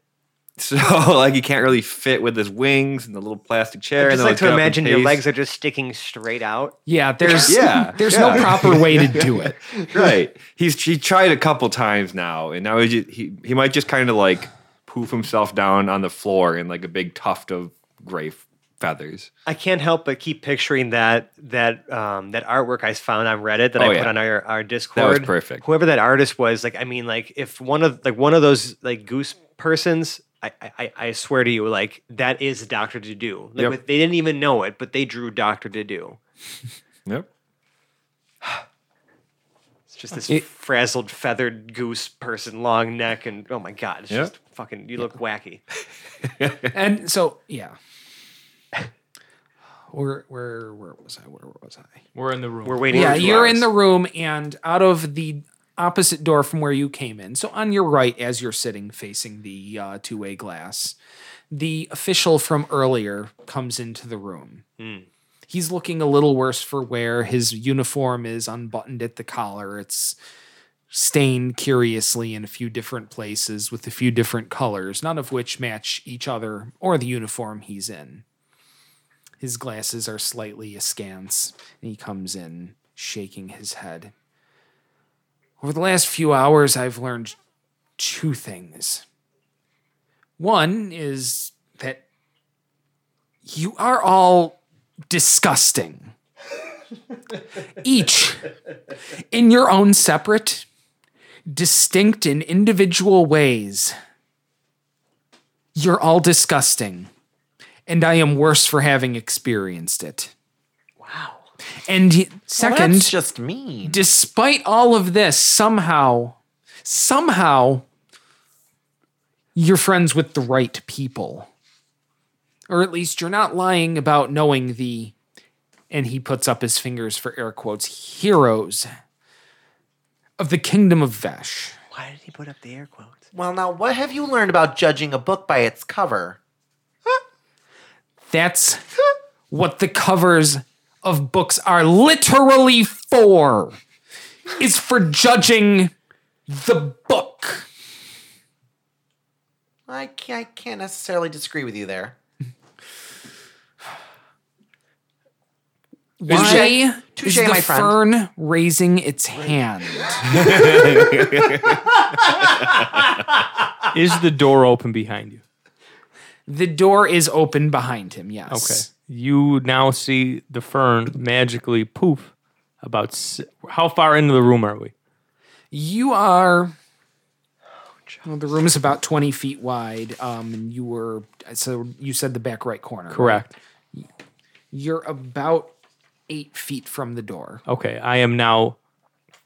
Speaker 7: So like he can't really fit with his wings and the little plastic chair.
Speaker 5: I
Speaker 7: and
Speaker 5: just
Speaker 7: then
Speaker 5: like to
Speaker 7: get up and
Speaker 5: imagine your
Speaker 7: pace.
Speaker 5: legs are just sticking straight out.
Speaker 3: Yeah, there's
Speaker 7: Yeah,
Speaker 3: there's no
Speaker 7: yeah.
Speaker 3: proper way to do it.
Speaker 7: right. He's he tried a couple times now, and now he just, he he might just kind of like poof himself down on the floor in like a big tuft of gray f- feathers.
Speaker 5: I can't help but keep picturing that that um, that artwork I found on Reddit that
Speaker 7: Oh,
Speaker 5: I
Speaker 7: yeah.
Speaker 5: put on our, our Discord.
Speaker 7: perfect.
Speaker 5: Whoever that artist was, like, I mean, like, if one of like one of those like goose persons, I I, I- I swear to you, like, that is Doctor To Do. Like,
Speaker 7: Yep.
Speaker 5: with, they didn't even know it, but they drew Doctor To Do.
Speaker 7: Yep.
Speaker 5: It's just this
Speaker 1: It-
Speaker 5: frazzled feathered goose person, long neck, and oh my god, it's
Speaker 7: Yeah.
Speaker 5: just fucking. You look wacky.
Speaker 3: And so, yeah. Where where where was I? Where was I?
Speaker 1: We're in the room.
Speaker 5: We're waiting.
Speaker 3: yeah,
Speaker 5: for two
Speaker 3: you're in
Speaker 5: hours.
Speaker 3: the room and out of the opposite door from where you came in. So on your right, as you're sitting facing the uh, two way glass, the official from earlier comes into the room.
Speaker 5: Hmm.
Speaker 3: He's looking a little worse for wear. His uniform is unbuttoned at the collar. It's stained curiously in a few different places with a few different colors, none of which match each other or the uniform he's in. His glasses are slightly askance, and he comes in shaking his head. Over the last few hours, I've learned two things. One is that you are all disgusting, each in your own separate, distinct, and individual ways. You're all disgusting and I am worse for having experienced it. Wow. And y- second,
Speaker 4: That's just mean.
Speaker 3: despite all of this, somehow, somehow, you're friends with the right people. Or at least you're not lying about knowing the, and he puts up his fingers for air quotes, heroes of the kingdom of Vesh.
Speaker 5: Why did he put up the air quotes?
Speaker 4: Well, now what have you learned about judging a book by its cover?
Speaker 3: That's what the covers of books are literally for. Is for judging the book.
Speaker 4: I can't, I can't necessarily disagree with you there.
Speaker 3: Why is
Speaker 4: Touche,
Speaker 3: the
Speaker 4: my friend.
Speaker 3: fern raising its hand?
Speaker 1: Is the door open behind you?
Speaker 3: The door is open behind him, yes.
Speaker 1: You now see the fern magically poof. About s- how far into the room are we?
Speaker 3: You are. Well, the room is about 20 feet wide, um, and you were. So you said the back right corner.
Speaker 1: Correct.
Speaker 3: You're about eight feet from the door.
Speaker 1: Okay, I am now.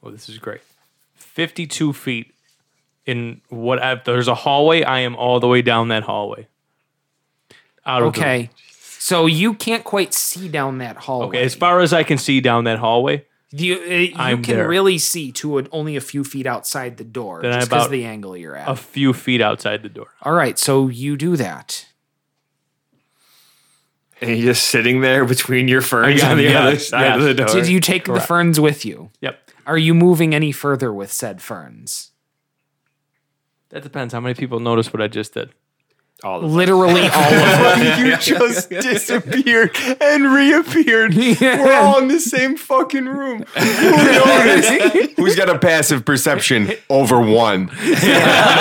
Speaker 1: Oh, this is great. Fifty-two feet in what? I, there's a hallway. I am all the way down that hallway. Out of the-
Speaker 3: Okay. So you can't quite see down that hallway.
Speaker 1: okay, as far as I can see down that hallway,
Speaker 3: you, uh, you
Speaker 1: I'm
Speaker 3: can
Speaker 1: there.
Speaker 3: really see to a, only a few feet outside the door
Speaker 1: Then I
Speaker 3: just because
Speaker 1: about-
Speaker 3: of the angle you're at.
Speaker 1: a few feet outside the door.
Speaker 3: All right, so you do that.
Speaker 7: And you're just sitting there between your ferns
Speaker 1: Yeah,
Speaker 7: on the
Speaker 1: yeah,
Speaker 7: other side
Speaker 1: yeah.
Speaker 7: of the door.
Speaker 3: Did you take the ferns with you?
Speaker 1: Yep.
Speaker 3: Are you moving any further with said ferns?
Speaker 1: That depends how many people notice what I just did.
Speaker 3: Literally all of them.
Speaker 6: you just disappeared and reappeared. We're all in the same fucking room. Who noticed? Who's got a passive perception over one?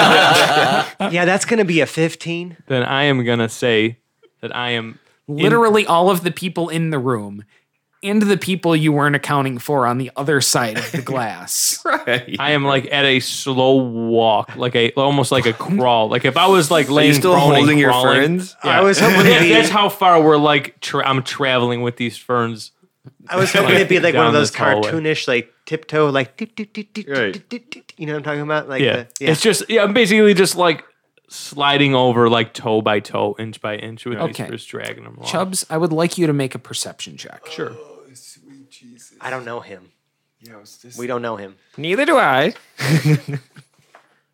Speaker 5: Yeah, that's gonna be a fifteen.
Speaker 1: Then I am gonna say that I am
Speaker 3: Literally all of the people in the room and the people you weren't accounting for on the other side of the glass.
Speaker 1: I am like at a slow walk, like a almost like a crawl. Like if I was like laying,
Speaker 7: still
Speaker 1: prone and
Speaker 7: holding your
Speaker 1: crawling-
Speaker 7: ferns?
Speaker 1: Yeah.
Speaker 5: I was hoping
Speaker 1: That-
Speaker 5: it'd be,
Speaker 1: that's how far we're like. Tra- I'm traveling with these ferns.
Speaker 5: I was hoping it'd be like one
Speaker 1: down
Speaker 5: of those
Speaker 1: this hallway.
Speaker 5: cartoonish, like tiptoe, like doot, doot, doot, doot,
Speaker 7: Right.
Speaker 5: doot, doot, doot, you know what I'm talking about? Like
Speaker 1: Yeah.
Speaker 5: the, yeah.
Speaker 1: it's just yeah. I'm basically just like sliding over like toe by toe, inch by inch, with these
Speaker 3: Okay.
Speaker 1: ferns dragging them along.
Speaker 3: Chubbs, I would like you to make a perception check.
Speaker 1: Sure.
Speaker 5: I don't know him. We don't know him.
Speaker 7: Neither do I.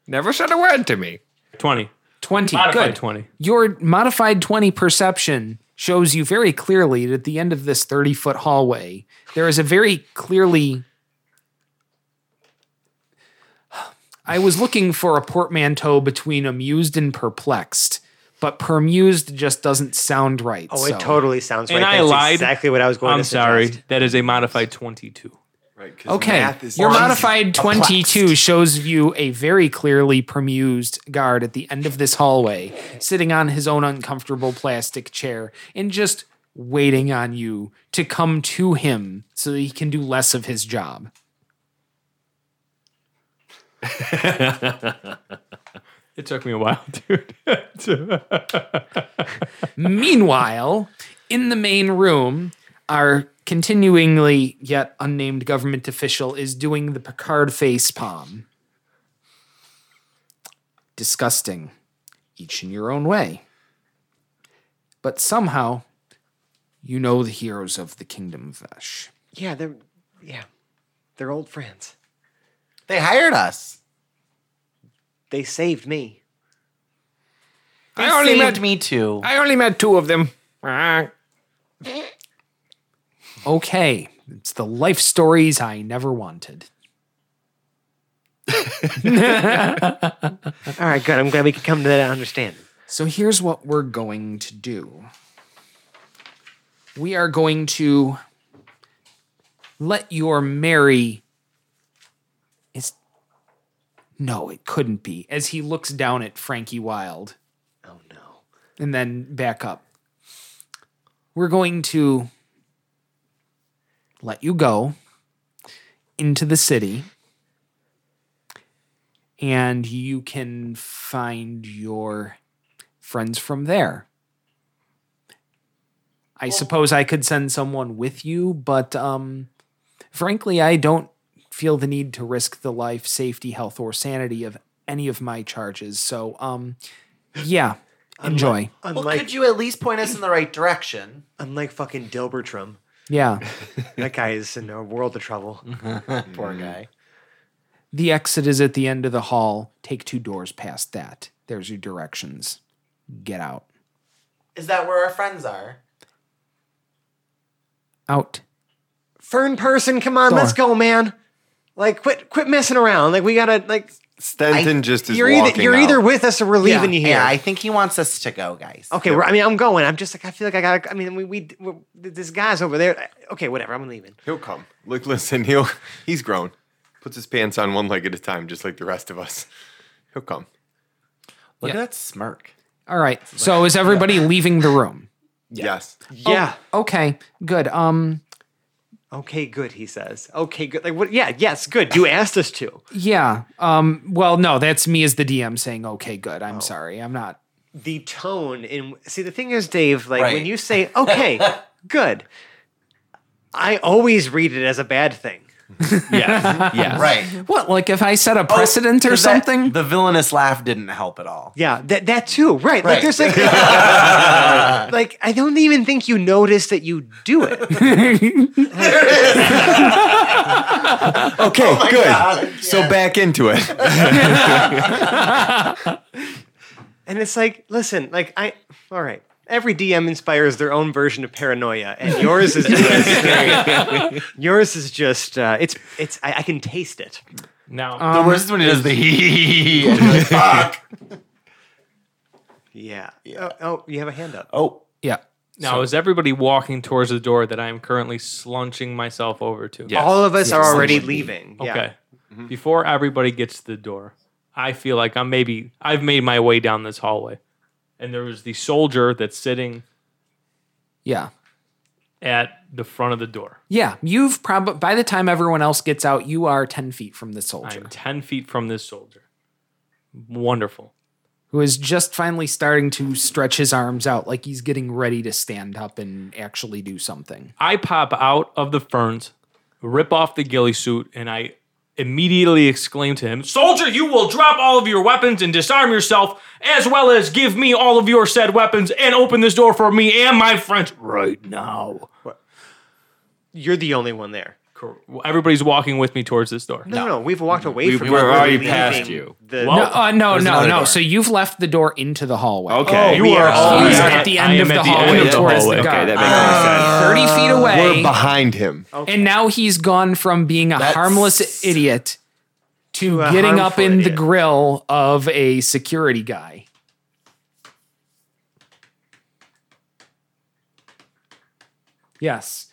Speaker 7: Never said a word to me.
Speaker 1: Twenty.
Speaker 3: 20.
Speaker 1: Modified
Speaker 3: Good.
Speaker 1: twenty.
Speaker 3: Your modified 20 perception shows you very clearly that at the end of this 30 foot hallway, there is a very clearly. I was looking for a portmanteau between amused and perplexed, but permused just doesn't sound right.
Speaker 5: Oh,
Speaker 3: so.
Speaker 5: it totally sounds
Speaker 1: And
Speaker 5: right.
Speaker 1: I
Speaker 5: That's
Speaker 1: lied.
Speaker 5: exactly what I was going
Speaker 1: I'm
Speaker 5: to
Speaker 1: sorry.
Speaker 5: suggest.
Speaker 1: That is a modified twenty-two.
Speaker 6: Right. 'cause
Speaker 3: Okay.
Speaker 6: math is
Speaker 3: Your
Speaker 6: easy.
Speaker 3: modified 22 shows you a very clearly bemused guard at the end of this hallway, sitting on his own uncomfortable plastic chair and just waiting on you to come to him so that he can do less of his job.
Speaker 1: It took me a while, dude.
Speaker 3: Meanwhile, in the main room, our continuingly yet unnamed government official is doing the Picard face palm. Disgusting, each in your own way. But somehow, you know the heroes of the Kingdom of Vesh.
Speaker 5: Yeah, they're yeah, they're old friends.
Speaker 4: They hired us.
Speaker 5: They saved me.
Speaker 4: They
Speaker 7: I only
Speaker 4: saved
Speaker 7: met-
Speaker 4: me too.
Speaker 7: I only met two of them. Ah.
Speaker 3: Okay, it's the life stories I never wanted.
Speaker 5: All right, good. I'm glad we could come to that understanding.
Speaker 3: So here's what we're going to do. We are going to let your Mary is No, it couldn't be. As he looks down at Frankie Wilde
Speaker 5: Oh no.
Speaker 3: and then back up. We're going to let you go into the city and you can find your friends from there. I suppose I could send someone with you, but um, frankly, I don't feel the need to risk the life, safety, health, or sanity of any of my charges. So, um, yeah, enjoy.
Speaker 5: Unlike
Speaker 4: Well, could you at least point us in the right direction?
Speaker 5: unlike fucking Dilbertrum,
Speaker 3: Yeah.
Speaker 5: that guy is in a world of trouble.
Speaker 4: Poor guy.
Speaker 3: The exit is at the end of the hall. Take two doors past that. There's your directions. Get out.
Speaker 4: Is that where our friends are?
Speaker 3: Out.
Speaker 5: Fern person, come on, let's go, man. Like, quit, quit messing around. Like, we gotta like.
Speaker 6: Stenton
Speaker 4: I-
Speaker 6: just is
Speaker 5: you're either
Speaker 6: walking
Speaker 5: you're
Speaker 6: out.
Speaker 5: either with us or we're leaving you here.
Speaker 4: Yeah, I think he wants us to go, guys.
Speaker 5: okay, we're, I mean, I'm going. I'm just like I feel like I gotta. I mean, we we we're, this guy's over there. Okay, whatever. I'm leaving.
Speaker 6: He'll come. Look, listen. He'll he's grown. Puts his pants on one leg at a time, just like the rest of us. He'll come.
Speaker 4: Look at that smirk.
Speaker 3: All right. So is everybody leaving the room?
Speaker 6: Yes.
Speaker 5: Yeah.
Speaker 3: Okay. Good. Um
Speaker 5: Okay, good. He says. Okay, good. Like what? Yeah. Yes, good. You asked us to.
Speaker 3: yeah. Um well no, that's me as the DM saying okay, good. I'm sorry. I'm not.
Speaker 5: The tone in see the thing is, Dave. Like when
Speaker 4: Right.
Speaker 5: you say okay, good, I always read it as a bad thing.
Speaker 1: Yeah, yeah.
Speaker 4: Right.
Speaker 3: What like if I set a precedent or
Speaker 4: Because that-
Speaker 3: something?
Speaker 4: the villainous laugh didn't help at all.
Speaker 5: Yeah, that that too. Right.
Speaker 4: Right.
Speaker 5: Like there's like like I don't even think you notice that you do it.
Speaker 6: Okay. good. So back into it.
Speaker 5: And it's like, listen, like I all right. Every DM inspires their own version of paranoia, and yours is just, yours is just uh, it's it's I, I can taste it.
Speaker 1: Now,
Speaker 4: The worst is when he does the hee hee hee hee. and you're like, Fuck.
Speaker 5: Yeah. Oh, oh, you have a hand up.
Speaker 4: Oh,
Speaker 3: yeah.
Speaker 1: now is everybody walking towards the door that I am currently slunching myself over to?
Speaker 7: Yeah.
Speaker 5: All of us are already leaving.
Speaker 1: Okay.
Speaker 5: Yeah.
Speaker 1: Before everybody gets to the door, I feel like I'm maybe I've made my way down this hallway, and there was the soldier that's sitting
Speaker 3: Yeah.
Speaker 1: at the front of the door.
Speaker 3: Yeah. You've probably by the time everyone else gets out, you are ten feet from the soldier.
Speaker 1: I'm ten feet from this soldier. Wonderful.
Speaker 3: who is just finally starting to stretch his arms out like he's getting ready to stand up and actually do something.
Speaker 1: I pop out of the ferns, rip off the ghillie suit, and I immediately exclaim to him, Soldier, you will drop all of your weapons and disarm yourself, as well as give me all of your said weapons and open this door for me and my friends right now.
Speaker 5: You're the only one there.
Speaker 1: Cor- Everybody's walking with me towards this door.
Speaker 5: No, no, no, we've walked away
Speaker 7: We-
Speaker 5: from
Speaker 7: we
Speaker 5: you.
Speaker 7: were already
Speaker 5: leaving
Speaker 7: past you.
Speaker 5: The,
Speaker 1: Well,
Speaker 3: No, uh, no,
Speaker 7: Oh, There's
Speaker 3: no,
Speaker 7: another
Speaker 3: no.
Speaker 7: door.
Speaker 3: So you've left the door into the hallway.
Speaker 7: Okay.
Speaker 1: You Oh, are all
Speaker 3: He's at the end of the Uh, hallway towards the
Speaker 7: Okay,
Speaker 3: guard.
Speaker 7: that makes more sense.
Speaker 3: 30 feet
Speaker 6: We're
Speaker 3: away.
Speaker 6: behind him.
Speaker 3: And now he's gone from being a
Speaker 4: That's-
Speaker 3: harmless idiot to
Speaker 5: To a
Speaker 3: getting up
Speaker 5: harmful
Speaker 3: in the
Speaker 5: idiot.
Speaker 3: grill of a security guy. Yes.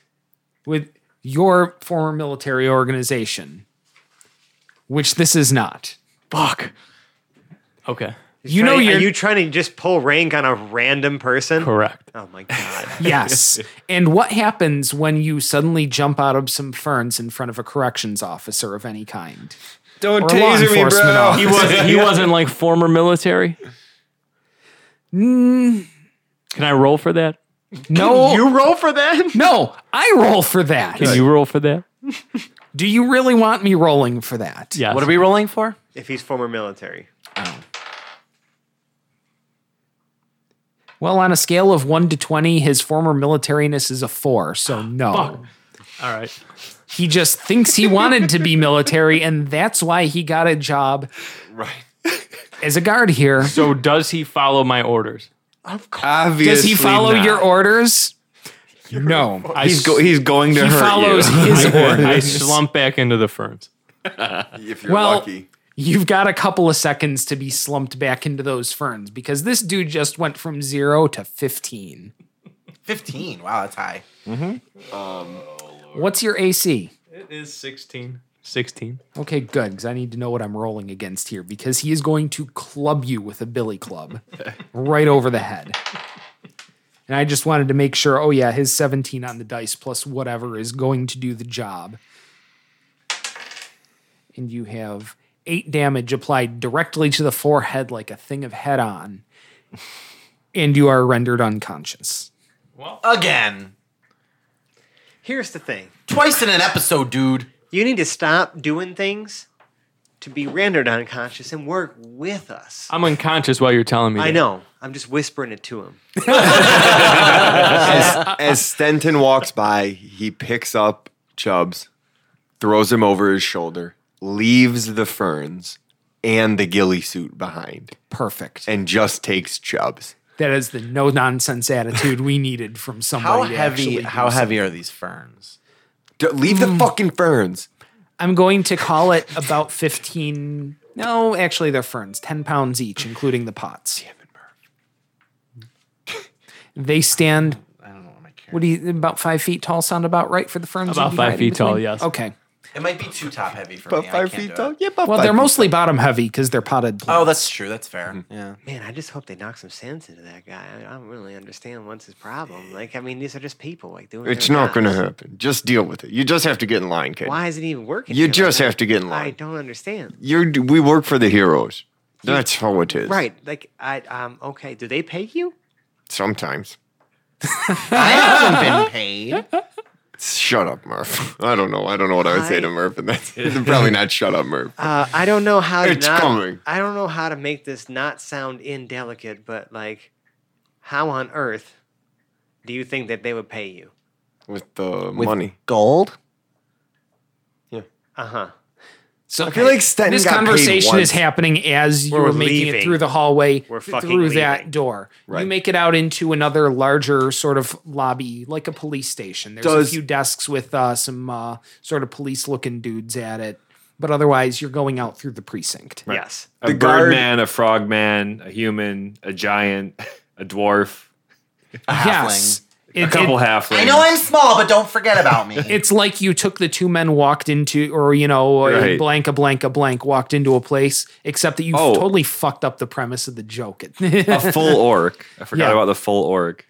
Speaker 3: With your former military organization, which this is not.
Speaker 1: Fuck. Okay.
Speaker 3: You know
Speaker 5: Trying-
Speaker 3: you're
Speaker 5: are you trying to just pull rank on a random person?
Speaker 1: Correct.
Speaker 5: Oh my god.
Speaker 3: yes. And what happens when you suddenly jump out of some ferns in front of a corrections officer of any kind?
Speaker 7: Don't
Speaker 3: Or a law
Speaker 7: taser me,
Speaker 3: enforcement
Speaker 7: bro.
Speaker 3: officer.
Speaker 1: He wasn't, he wasn't like former military.
Speaker 3: Mm.
Speaker 1: Can I roll for that?
Speaker 3: No,
Speaker 5: You roll for that?
Speaker 3: no, I roll for that.
Speaker 1: Can you roll for that?
Speaker 3: Do you really want me rolling for that?
Speaker 1: Yes.
Speaker 4: What are we rolling for?
Speaker 5: If he's former military.
Speaker 3: Well, on a scale of one to twenty, his former militariness is a four, so no.
Speaker 1: All right.
Speaker 3: He just thinks he wanted to be military, and that's why he got a job
Speaker 6: Right.
Speaker 3: as a guard here.
Speaker 1: So does he follow my orders?
Speaker 6: Obviously.
Speaker 3: Does he follow
Speaker 6: not.
Speaker 3: your orders? No.
Speaker 1: I
Speaker 6: He's, go- he's going to
Speaker 3: He
Speaker 6: hurt
Speaker 3: follows
Speaker 6: you.
Speaker 3: his orders.
Speaker 1: I slump back into the ferns.
Speaker 6: if you're
Speaker 3: Well-
Speaker 6: lucky.
Speaker 3: You've got a couple of seconds to be slumped back into those ferns because this dude just went from zero to 15.
Speaker 4: 15. Wow, that's high.
Speaker 3: What's your AC?
Speaker 1: It is 16. 16.
Speaker 3: Okay, good, because I need to know what I'm rolling against here because he is going to club you with a billy club right over the head. And I just wanted to make sure oh, yeah, his 17 on the dice plus whatever is going to do the job. And you have eight damage applied directly to the forehead like a thing of head on. And you are rendered unconscious.
Speaker 4: Again.
Speaker 5: Here's the thing.
Speaker 4: Twice in an episode, dude.
Speaker 5: You need to stop doing things to be rendered unconscious and work with us.
Speaker 1: I'm unconscious while you're telling me.
Speaker 5: I
Speaker 1: that.
Speaker 5: know. I'm just whispering it to him.
Speaker 6: as, as Stenton walks by, he picks up Chubbs, throws him over his shoulder, leaves the ferns and the ghillie suit behind,
Speaker 3: Perfect.
Speaker 6: and just takes Chubbs.
Speaker 3: That is the no nonsense attitude we needed from somebody.
Speaker 4: How
Speaker 3: to
Speaker 4: heavy
Speaker 3: actually do
Speaker 4: how heavy are these ferns?
Speaker 6: D- leave the fucking ferns.
Speaker 3: I'm going to call it about 15. No, actually, they're ferns, 10 pounds each, including the pots. They stand. What do you about five feet tall sound about right for the ferns?
Speaker 1: About
Speaker 3: you
Speaker 1: five
Speaker 3: divide in
Speaker 1: feet tall,
Speaker 3: between?
Speaker 1: yes.
Speaker 3: Okay.
Speaker 4: It might be too top heavy for
Speaker 6: About
Speaker 4: me. I
Speaker 6: five
Speaker 4: can't
Speaker 6: feet
Speaker 4: do
Speaker 6: tall.
Speaker 4: it.
Speaker 6: Yeah, about
Speaker 3: Well,
Speaker 6: five
Speaker 3: they're
Speaker 6: feet
Speaker 3: mostly bottom heavy because they're potted. plants.
Speaker 4: Oh, that's true. That's fair. Yeah.
Speaker 5: Man, I just hope they knock some sense into that guy. I don't really understand what's his problem. Like, I mean, these are just people. Like, doing
Speaker 6: tall. It's
Speaker 5: their
Speaker 6: not going to
Speaker 5: jobs.
Speaker 6: happen. Just deal with it. You just have to get in line, kid.
Speaker 5: Why is it even working?
Speaker 6: You
Speaker 5: here?
Speaker 6: just
Speaker 5: Like,
Speaker 6: have to get in
Speaker 5: I
Speaker 6: line.
Speaker 5: don't understand.
Speaker 6: You're, we work for the heroes. That's how it is.
Speaker 5: Right? Like, I um. Okay. Do they pay you?
Speaker 6: Sometimes.
Speaker 4: I haven't been paid.
Speaker 6: Shut up, Murph. I don't know. I don't know what I would say to
Speaker 5: I-
Speaker 6: Murph, and that's probably not shut up, Murph.
Speaker 5: Uh, I don't know how to
Speaker 6: It's
Speaker 5: not,
Speaker 6: coming.
Speaker 5: I don't know how to make this not sound indelicate, but like, how on earth do you think that they would pay you?
Speaker 6: With the money.
Speaker 4: Gold?
Speaker 5: Uh huh.
Speaker 3: So I
Speaker 6: feel like Stenton
Speaker 3: this
Speaker 6: got paid
Speaker 3: conversation is
Speaker 6: once.
Speaker 3: happening as you
Speaker 5: We're
Speaker 3: were making it
Speaker 5: leaving.
Speaker 3: through the hallway,
Speaker 5: We're
Speaker 3: th-
Speaker 5: fucking
Speaker 3: through that
Speaker 5: leaving.
Speaker 3: door. You
Speaker 6: Right.
Speaker 3: make it out into another larger sort of lobby, like a police station. There's a
Speaker 6: Does-
Speaker 3: few desks with uh, some uh, sort of police-looking dudes at it, but otherwise you're going out through the precinct.
Speaker 5: Yes.
Speaker 7: A
Speaker 6: The
Speaker 7: bird
Speaker 6: guard-
Speaker 7: man, a frog man, a human, a giant, a dwarf,
Speaker 4: A halfling.
Speaker 3: Yes,
Speaker 7: a
Speaker 3: It-
Speaker 7: couple
Speaker 3: it-
Speaker 7: halflings.
Speaker 4: I know I'm small, but don't forget about me.
Speaker 3: it's like you took the two men walked into, or you know, a
Speaker 7: Right.
Speaker 3: blank, a blank, a blank, walked into a place. Except that you
Speaker 7: Oh.
Speaker 3: totally fucked up the premise of the joke.
Speaker 7: a full orc. I forgot
Speaker 3: Yeah.
Speaker 7: about the full orc.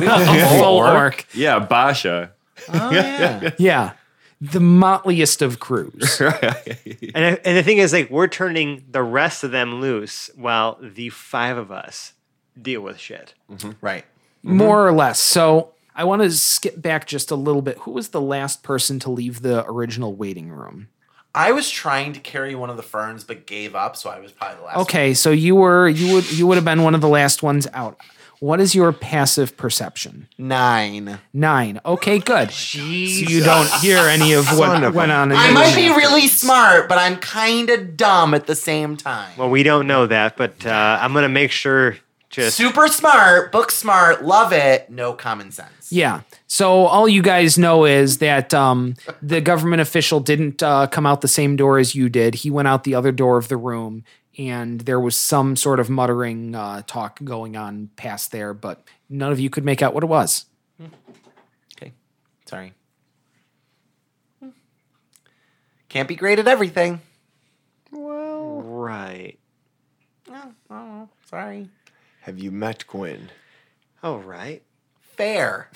Speaker 3: full orc.
Speaker 7: Yeah, Basha.
Speaker 4: oh, yeah.
Speaker 3: Yeah. The motliest of crews.
Speaker 6: Mm-hmm.
Speaker 5: And I, and the thing is, like, we're turning the rest of them loose while the five of us deal with shit.
Speaker 4: right.
Speaker 3: More or less. So I want to skip back just a little bit. Who was the last person to leave the original waiting room?
Speaker 4: I was trying to carry one of the ferns, but gave up, so I was probably the last. one.
Speaker 3: Okay, so you were you would you would have been one of the last ones out. What is your passive perception?
Speaker 4: Nine.
Speaker 3: Nine. Okay, good. So you don't hear any of what
Speaker 6: Son of a-
Speaker 3: went on. In
Speaker 4: I
Speaker 3: the
Speaker 4: might
Speaker 3: room
Speaker 4: be really
Speaker 3: afterwards.
Speaker 4: smart, but I'm kind of dumb at the same time.
Speaker 5: Well, we don't know that, but uh, I'm gonna make sure. Just
Speaker 4: Super smart, book smart, love it, no common sense.
Speaker 3: Yeah. So all you guys know is that um, the government official didn't uh, come out the same door as you did. He went out the other door of the room, and there was some sort of muttering uh, talk going on past there, but none of you could make out what it was.
Speaker 4: Sorry. Can't be great at everything.
Speaker 5: Right.
Speaker 4: Oh, Sorry.
Speaker 6: Have you met Gwen?
Speaker 5: All right.
Speaker 4: Fair.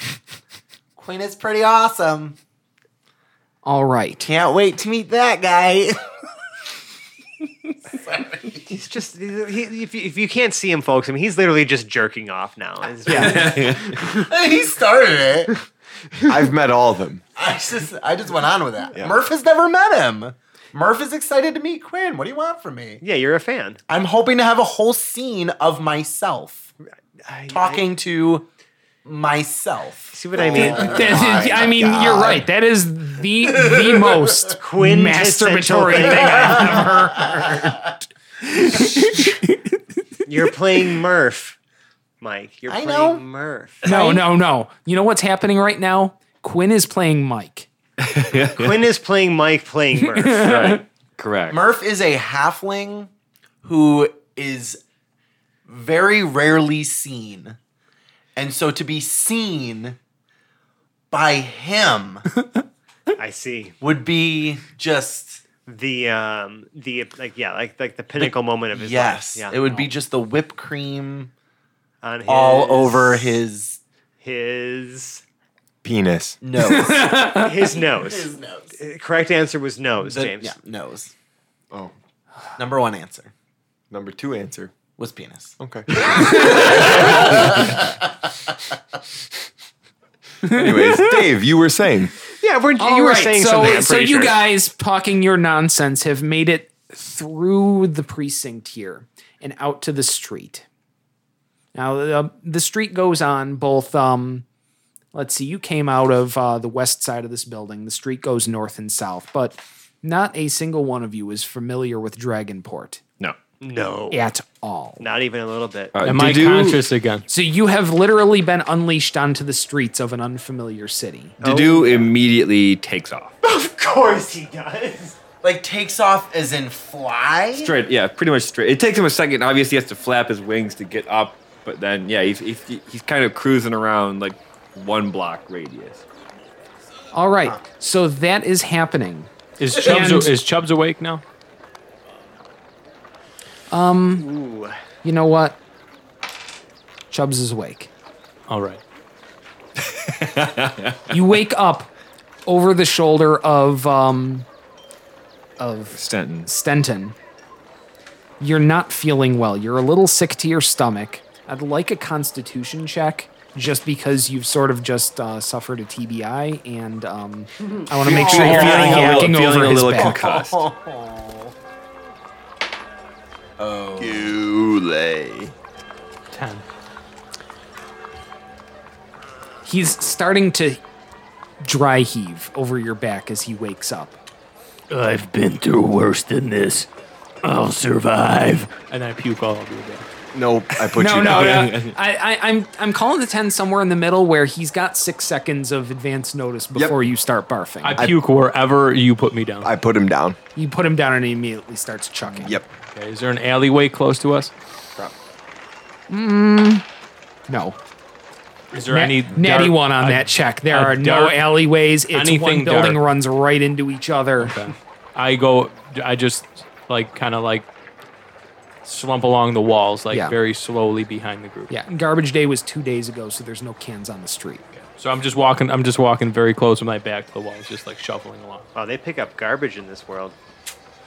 Speaker 4: Queen is pretty awesome.
Speaker 3: All right.
Speaker 4: Can't wait to meet that guy.
Speaker 5: He's just he, he- if, you, if you can't see him, folks, I mean, he's literally just jerking off now. It's-
Speaker 4: he started it.
Speaker 6: I've met all of them.
Speaker 4: I just I just went on with that.
Speaker 6: Yeah.
Speaker 4: Murph has never met him. Murph is excited to meet Quinn. What do you want from me?
Speaker 5: yeah, you're a fan.
Speaker 4: I'm hoping to have a whole scene of myself
Speaker 5: I-
Speaker 4: talking to myself.
Speaker 5: see what I mean?
Speaker 3: That- I mean, you're right. That is the the most
Speaker 5: Quintessential
Speaker 3: masturbatory
Speaker 5: thing.
Speaker 3: thing I've ever heard.
Speaker 5: You're playing Murph, Mike. You're
Speaker 4: I
Speaker 5: playing
Speaker 4: know.
Speaker 5: Murph.
Speaker 3: No, no, no. You know what's happening right now? Quinn is playing Mike.
Speaker 5: Quinn is playing Mike playing Murph.
Speaker 7: Right. Correct.
Speaker 4: Murph is a halfling who is very rarely seen. And so to be seen by him
Speaker 5: I see.
Speaker 4: would be just
Speaker 5: The um the like yeah, like like the pinnacle moment of his
Speaker 4: yes.
Speaker 5: life.
Speaker 4: It would be just the whipped cream
Speaker 5: on his,
Speaker 4: all over his
Speaker 5: his
Speaker 6: Penis.
Speaker 4: nose.
Speaker 5: his nose.
Speaker 4: nose.
Speaker 5: The Correct answer was nose, James.
Speaker 4: Yeah, nose.
Speaker 6: Oh,
Speaker 4: Number one answer
Speaker 6: number two answer.
Speaker 4: was penis.
Speaker 6: Okay. Anyways, Dave, you were saying
Speaker 5: Yeah, we're,
Speaker 3: All
Speaker 5: you
Speaker 3: Oh,
Speaker 5: were
Speaker 3: right,
Speaker 5: saying
Speaker 3: so,
Speaker 5: something. I'm
Speaker 3: so
Speaker 5: pretty
Speaker 3: you
Speaker 5: sure.
Speaker 3: guys talking your nonsense have made it through the precinct here and out to the street. Now the, uh, the street goes on both. Um, let's see, you came out of uh, the west side of this building. The street goes north and south, but not a single one of you is familiar with Dragonport
Speaker 7: No.
Speaker 5: no,
Speaker 3: at all.
Speaker 5: not even a little bit.
Speaker 7: Uh,
Speaker 1: Am I
Speaker 7: did you-
Speaker 1: conscious again?
Speaker 3: So you have literally been unleashed onto the streets of an unfamiliar city.
Speaker 7: Dadu immediately takes off.
Speaker 5: of course he does.
Speaker 4: Like takes off as in fly.
Speaker 7: Straight, yeah, pretty much straight. It takes him a second. Obviously, he has to flap his wings to get up, but then, yeah, he's, he's, he's kind of cruising around like one block radius.
Speaker 3: All right, so that is happening.
Speaker 1: Is Chubbs,
Speaker 3: And-
Speaker 1: is Chubbs awake now?
Speaker 3: You know what? Chubbs is awake.
Speaker 1: All right.
Speaker 3: You wake up over the shoulder of um, of
Speaker 7: Stenton.
Speaker 3: Stenton. You're not feeling well. You're a little sick to your stomach. I'd like a constitution check just because you've sort of just uh, suffered a TBI, and um, I want to make sure you're not
Speaker 7: Feeling a
Speaker 3: hacking
Speaker 7: little,
Speaker 3: over
Speaker 7: feeling a
Speaker 3: his
Speaker 7: little
Speaker 3: back.
Speaker 7: concussed.
Speaker 1: Ten.
Speaker 3: He's starting to dry heave over your back as he wakes up.
Speaker 1: I've been through worse than this. I'll survive. And I puke all over your back.
Speaker 6: nope. I put
Speaker 3: No,
Speaker 6: you
Speaker 3: no,
Speaker 6: down.
Speaker 3: no. I, I, I'm I'm calling the ten somewhere in the middle where he's got six seconds of advance notice before you start barfing.
Speaker 1: I puke wherever you put me down.
Speaker 6: I put him down.
Speaker 3: you put him down and he immediately starts chucking.
Speaker 6: Yep.
Speaker 1: Okay, is there an alleyway close to us?
Speaker 3: No.
Speaker 1: Is there
Speaker 3: Na-
Speaker 1: any
Speaker 3: natty
Speaker 1: dark-
Speaker 3: one on
Speaker 1: a-
Speaker 3: that check. There
Speaker 1: a
Speaker 3: are no
Speaker 1: dark-
Speaker 3: alleyways. It's one
Speaker 1: anything
Speaker 3: building
Speaker 1: dark.
Speaker 3: runs right into each other.
Speaker 1: Okay. I go. I just like kind of like slump along the walls, like
Speaker 3: Yeah.
Speaker 1: very slowly behind the group.
Speaker 3: Yeah. Garbage day was two days ago, so there's no cans on the street.
Speaker 1: So I'm just walking. I'm just walking very close with my back to the walls, just like shuffling along.
Speaker 5: Wow, they pick up garbage in this world.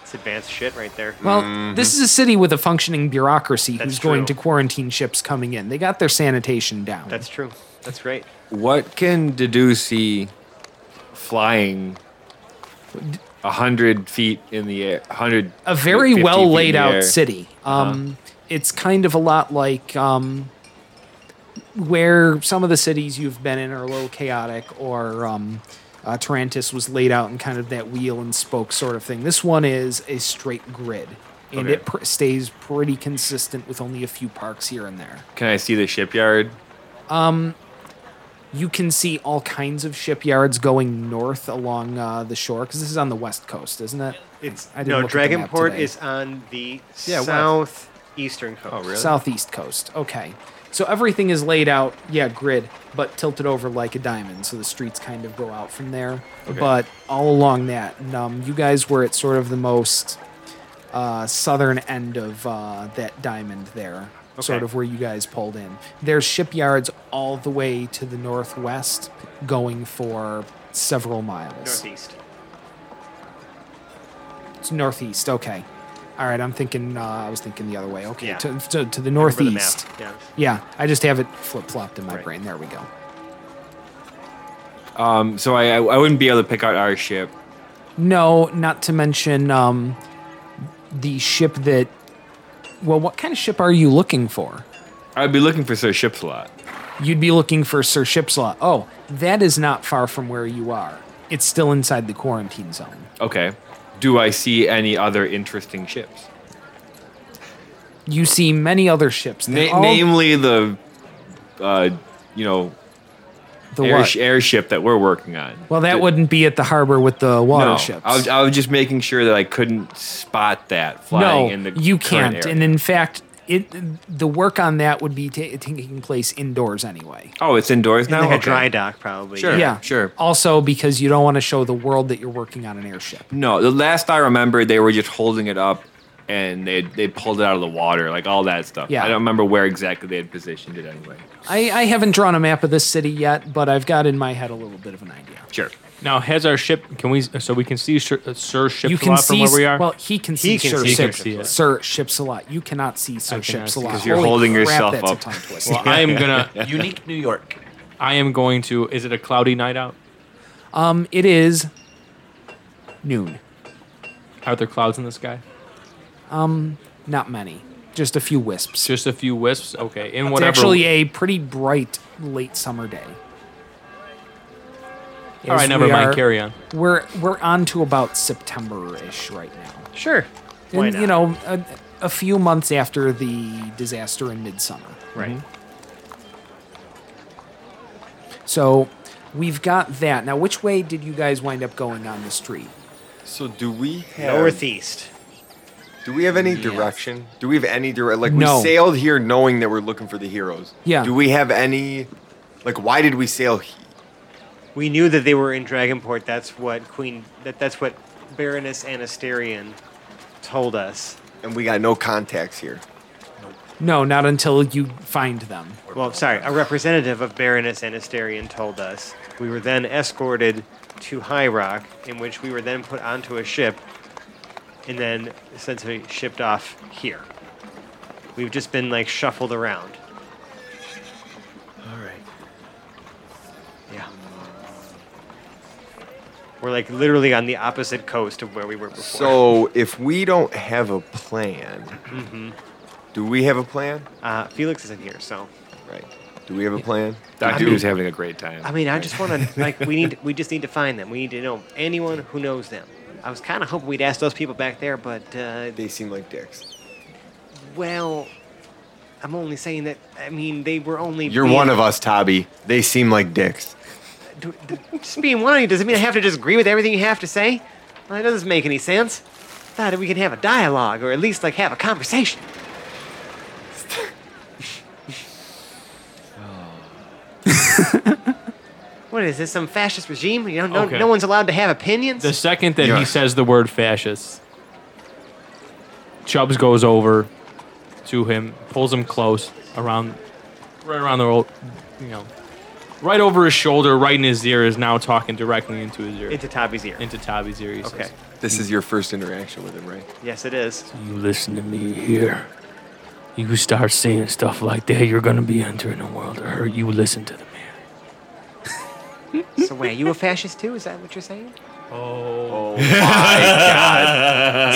Speaker 5: It's advanced shit right there.
Speaker 3: Well, this is a city with a functioning bureaucracy
Speaker 5: That's
Speaker 3: who's going to
Speaker 5: true.
Speaker 3: quarantine ships coming in. They got their sanitation down.
Speaker 5: That's true. That's right.
Speaker 7: What can Dadu see flying a hundred feet in the air? Hundred.
Speaker 3: a very well laid out city. Um, It's kind of a lot like um, where some of the cities you've been in are a little chaotic, or um, uh, Tarantus was laid out in kind of that wheel and spoke sort of thing. This one is a straight grid, and it pr- stays pretty consistent with only a few parks here and there.
Speaker 7: Can I see the shipyard?
Speaker 3: You can see all kinds of shipyards going north along uh, the shore because this is on the west coast, isn't it?
Speaker 5: It's
Speaker 3: I didn't
Speaker 5: no
Speaker 3: look at the map
Speaker 5: Dragonport
Speaker 3: today.
Speaker 5: is on the
Speaker 7: Yeah, west.
Speaker 5: southeastern coast. Oh,
Speaker 3: Southeast coast. Okay. So everything is laid out, yeah, grid, but tilted over like a diamond. So the streets kind of go out from there. But all along that, and, um, you guys were at sort of the most uh, southern end of uh, that diamond there, sort of where you guys pulled in. There's shipyards all the way to the northwest, going for several miles.
Speaker 5: Northeast.
Speaker 3: It's northeast. Okay. All right. I'm thinking. Uh, I was thinking the other way. Okay.
Speaker 5: Yeah.
Speaker 3: To, to, to the
Speaker 5: Remember the map.
Speaker 3: northeast.
Speaker 5: Yeah.
Speaker 3: Yeah. I just have it flip flopped in my brain. There we go.
Speaker 7: Um, so I, I I wouldn't be able to pick out our ship.
Speaker 3: No, not to mention um, the ship that. Well, what kind of ship are you looking for?
Speaker 7: I'd be looking for Sir Ship Slot.
Speaker 3: You'd be looking for Sir Shipslaw. Oh, that is not far from where you are. It's still inside the quarantine zone.
Speaker 7: Okay. Do I see any other interesting ships?
Speaker 3: You see many other ships. They're
Speaker 7: Na-
Speaker 3: all
Speaker 7: namely the, uh, you know,
Speaker 3: the
Speaker 7: air-
Speaker 3: what?
Speaker 7: airship that we're working on.
Speaker 3: Well, that
Speaker 7: The-
Speaker 3: wouldn't be at the harbor with the water
Speaker 7: no,
Speaker 3: ships.
Speaker 7: I was, I was just making sure that I couldn't spot that flying
Speaker 3: no,
Speaker 7: in the
Speaker 3: you
Speaker 7: current
Speaker 3: can't.
Speaker 7: area.
Speaker 3: And in fact, it the work on that would be ta taking place indoors anyway.
Speaker 7: oh, it's indoors now.
Speaker 5: Like a
Speaker 7: Okay.
Speaker 5: dry dock, probably.
Speaker 7: Sure.
Speaker 3: yeah,
Speaker 7: sure.
Speaker 3: Also, because you don't want to show the world that you're working on an airship.
Speaker 7: No, the last I remember, they were just holding it up, and they they pulled it out of the water, like all that stuff.
Speaker 3: Yeah.
Speaker 7: I don't remember where exactly they had positioned it anyway.
Speaker 3: I, I haven't drawn a map of this city yet, but I've got in my head a little bit of an idea.
Speaker 7: Sure.
Speaker 1: Now, has our ship? Can we? So we can see Sir, uh, Sir Ship
Speaker 3: You can
Speaker 1: from
Speaker 3: see.
Speaker 1: where we are.
Speaker 3: Well, he can see
Speaker 5: can
Speaker 3: Sir
Speaker 5: see
Speaker 1: Sir
Speaker 3: Ships.
Speaker 1: Shipsalot.
Speaker 3: Sir Ships a lot. You cannot see Sir
Speaker 1: cannot
Speaker 3: Ships
Speaker 1: see
Speaker 3: a lot.
Speaker 1: 'cause
Speaker 7: you're holding yourself
Speaker 3: that's
Speaker 7: up.
Speaker 3: A tongue twist.
Speaker 1: well, I am gonna.
Speaker 4: Unique New York.
Speaker 1: I am going to. Is it a cloudy night out?
Speaker 3: Um, it is noon.
Speaker 1: Are there clouds in the sky?
Speaker 3: Not many. Just a few wisps.
Speaker 1: Just a few wisps. Okay, in
Speaker 3: It's
Speaker 1: whatever.
Speaker 3: actually a pretty bright late summer day.
Speaker 1: all right,
Speaker 3: As
Speaker 1: never
Speaker 3: we
Speaker 1: mind.
Speaker 3: are-
Speaker 1: Carry on.
Speaker 3: We're we're on to about September-ish right now.
Speaker 5: Sure. Why
Speaker 3: And,
Speaker 5: not?
Speaker 3: You know, a, a few months after the disaster in midsummer. Mm-hmm.
Speaker 5: Right.
Speaker 3: So we've got that. Now, which way did you guys wind up going on the street?
Speaker 6: So do we have
Speaker 5: Northeast.
Speaker 6: do we have any direction? Do we have any direct like
Speaker 3: No.
Speaker 6: we sailed here knowing that we're looking for the heroes?
Speaker 3: Yeah.
Speaker 6: Do we have any like why did we sail he-
Speaker 5: We knew that they were in Dragonport. That's what Queen. That that's what Baroness Anasterion told us.
Speaker 6: and we got no contacts here?
Speaker 3: No, not until you find them.
Speaker 5: Well, sorry, a representative of Baroness Anasterion told us. We were then escorted to High Rock, in which we were then put onto a ship, and then essentially shipped off here. We've just been like shuffled around.
Speaker 6: All right.
Speaker 5: Yeah. We're like literally on the opposite coast of where we were before.
Speaker 6: So if we don't have a plan,
Speaker 3: Mm-hmm.
Speaker 6: do we have a plan?
Speaker 5: uh, Felix isn't here, so
Speaker 6: Right. Do we have a plan?
Speaker 7: Doctor
Speaker 5: mean-
Speaker 7: Who's having a great time.
Speaker 5: I mean, I just want to like we need we just need to find them. We need to know anyone who knows them. I was kind of hoping we'd ask those people back there, but uh,
Speaker 6: They seem like dicks.
Speaker 5: well, I'm only saying that. I mean, they were only.
Speaker 6: You're one of us, Tabby. They seem like dicks.
Speaker 5: Just being one of you doesn't mean I have to just agree with everything you have to say. Well, that doesn't make any sense. Thought that we could have a dialogue or at least like have a conversation. what is this? Some fascist regime? You know, no,
Speaker 1: Okay.
Speaker 5: no one's allowed to have opinions.
Speaker 1: The second that
Speaker 6: Yeah.
Speaker 1: he says the word fascist, Chubbs goes over to him, pulls him close around, right around the, old, you know, right over his shoulder, right in his ear, is now talking directly into his ear,
Speaker 5: into Tabby's ear.
Speaker 1: into Tabby's ear. He says,
Speaker 5: Okay.
Speaker 6: This is your first interaction with him, right?
Speaker 5: Yes, it is.
Speaker 1: You listen to me here. You start saying stuff like that, you're gonna be entering a world of hurt. You listen to the man.
Speaker 5: So wait, you a fascist too? Is that what you're saying?
Speaker 3: Uh,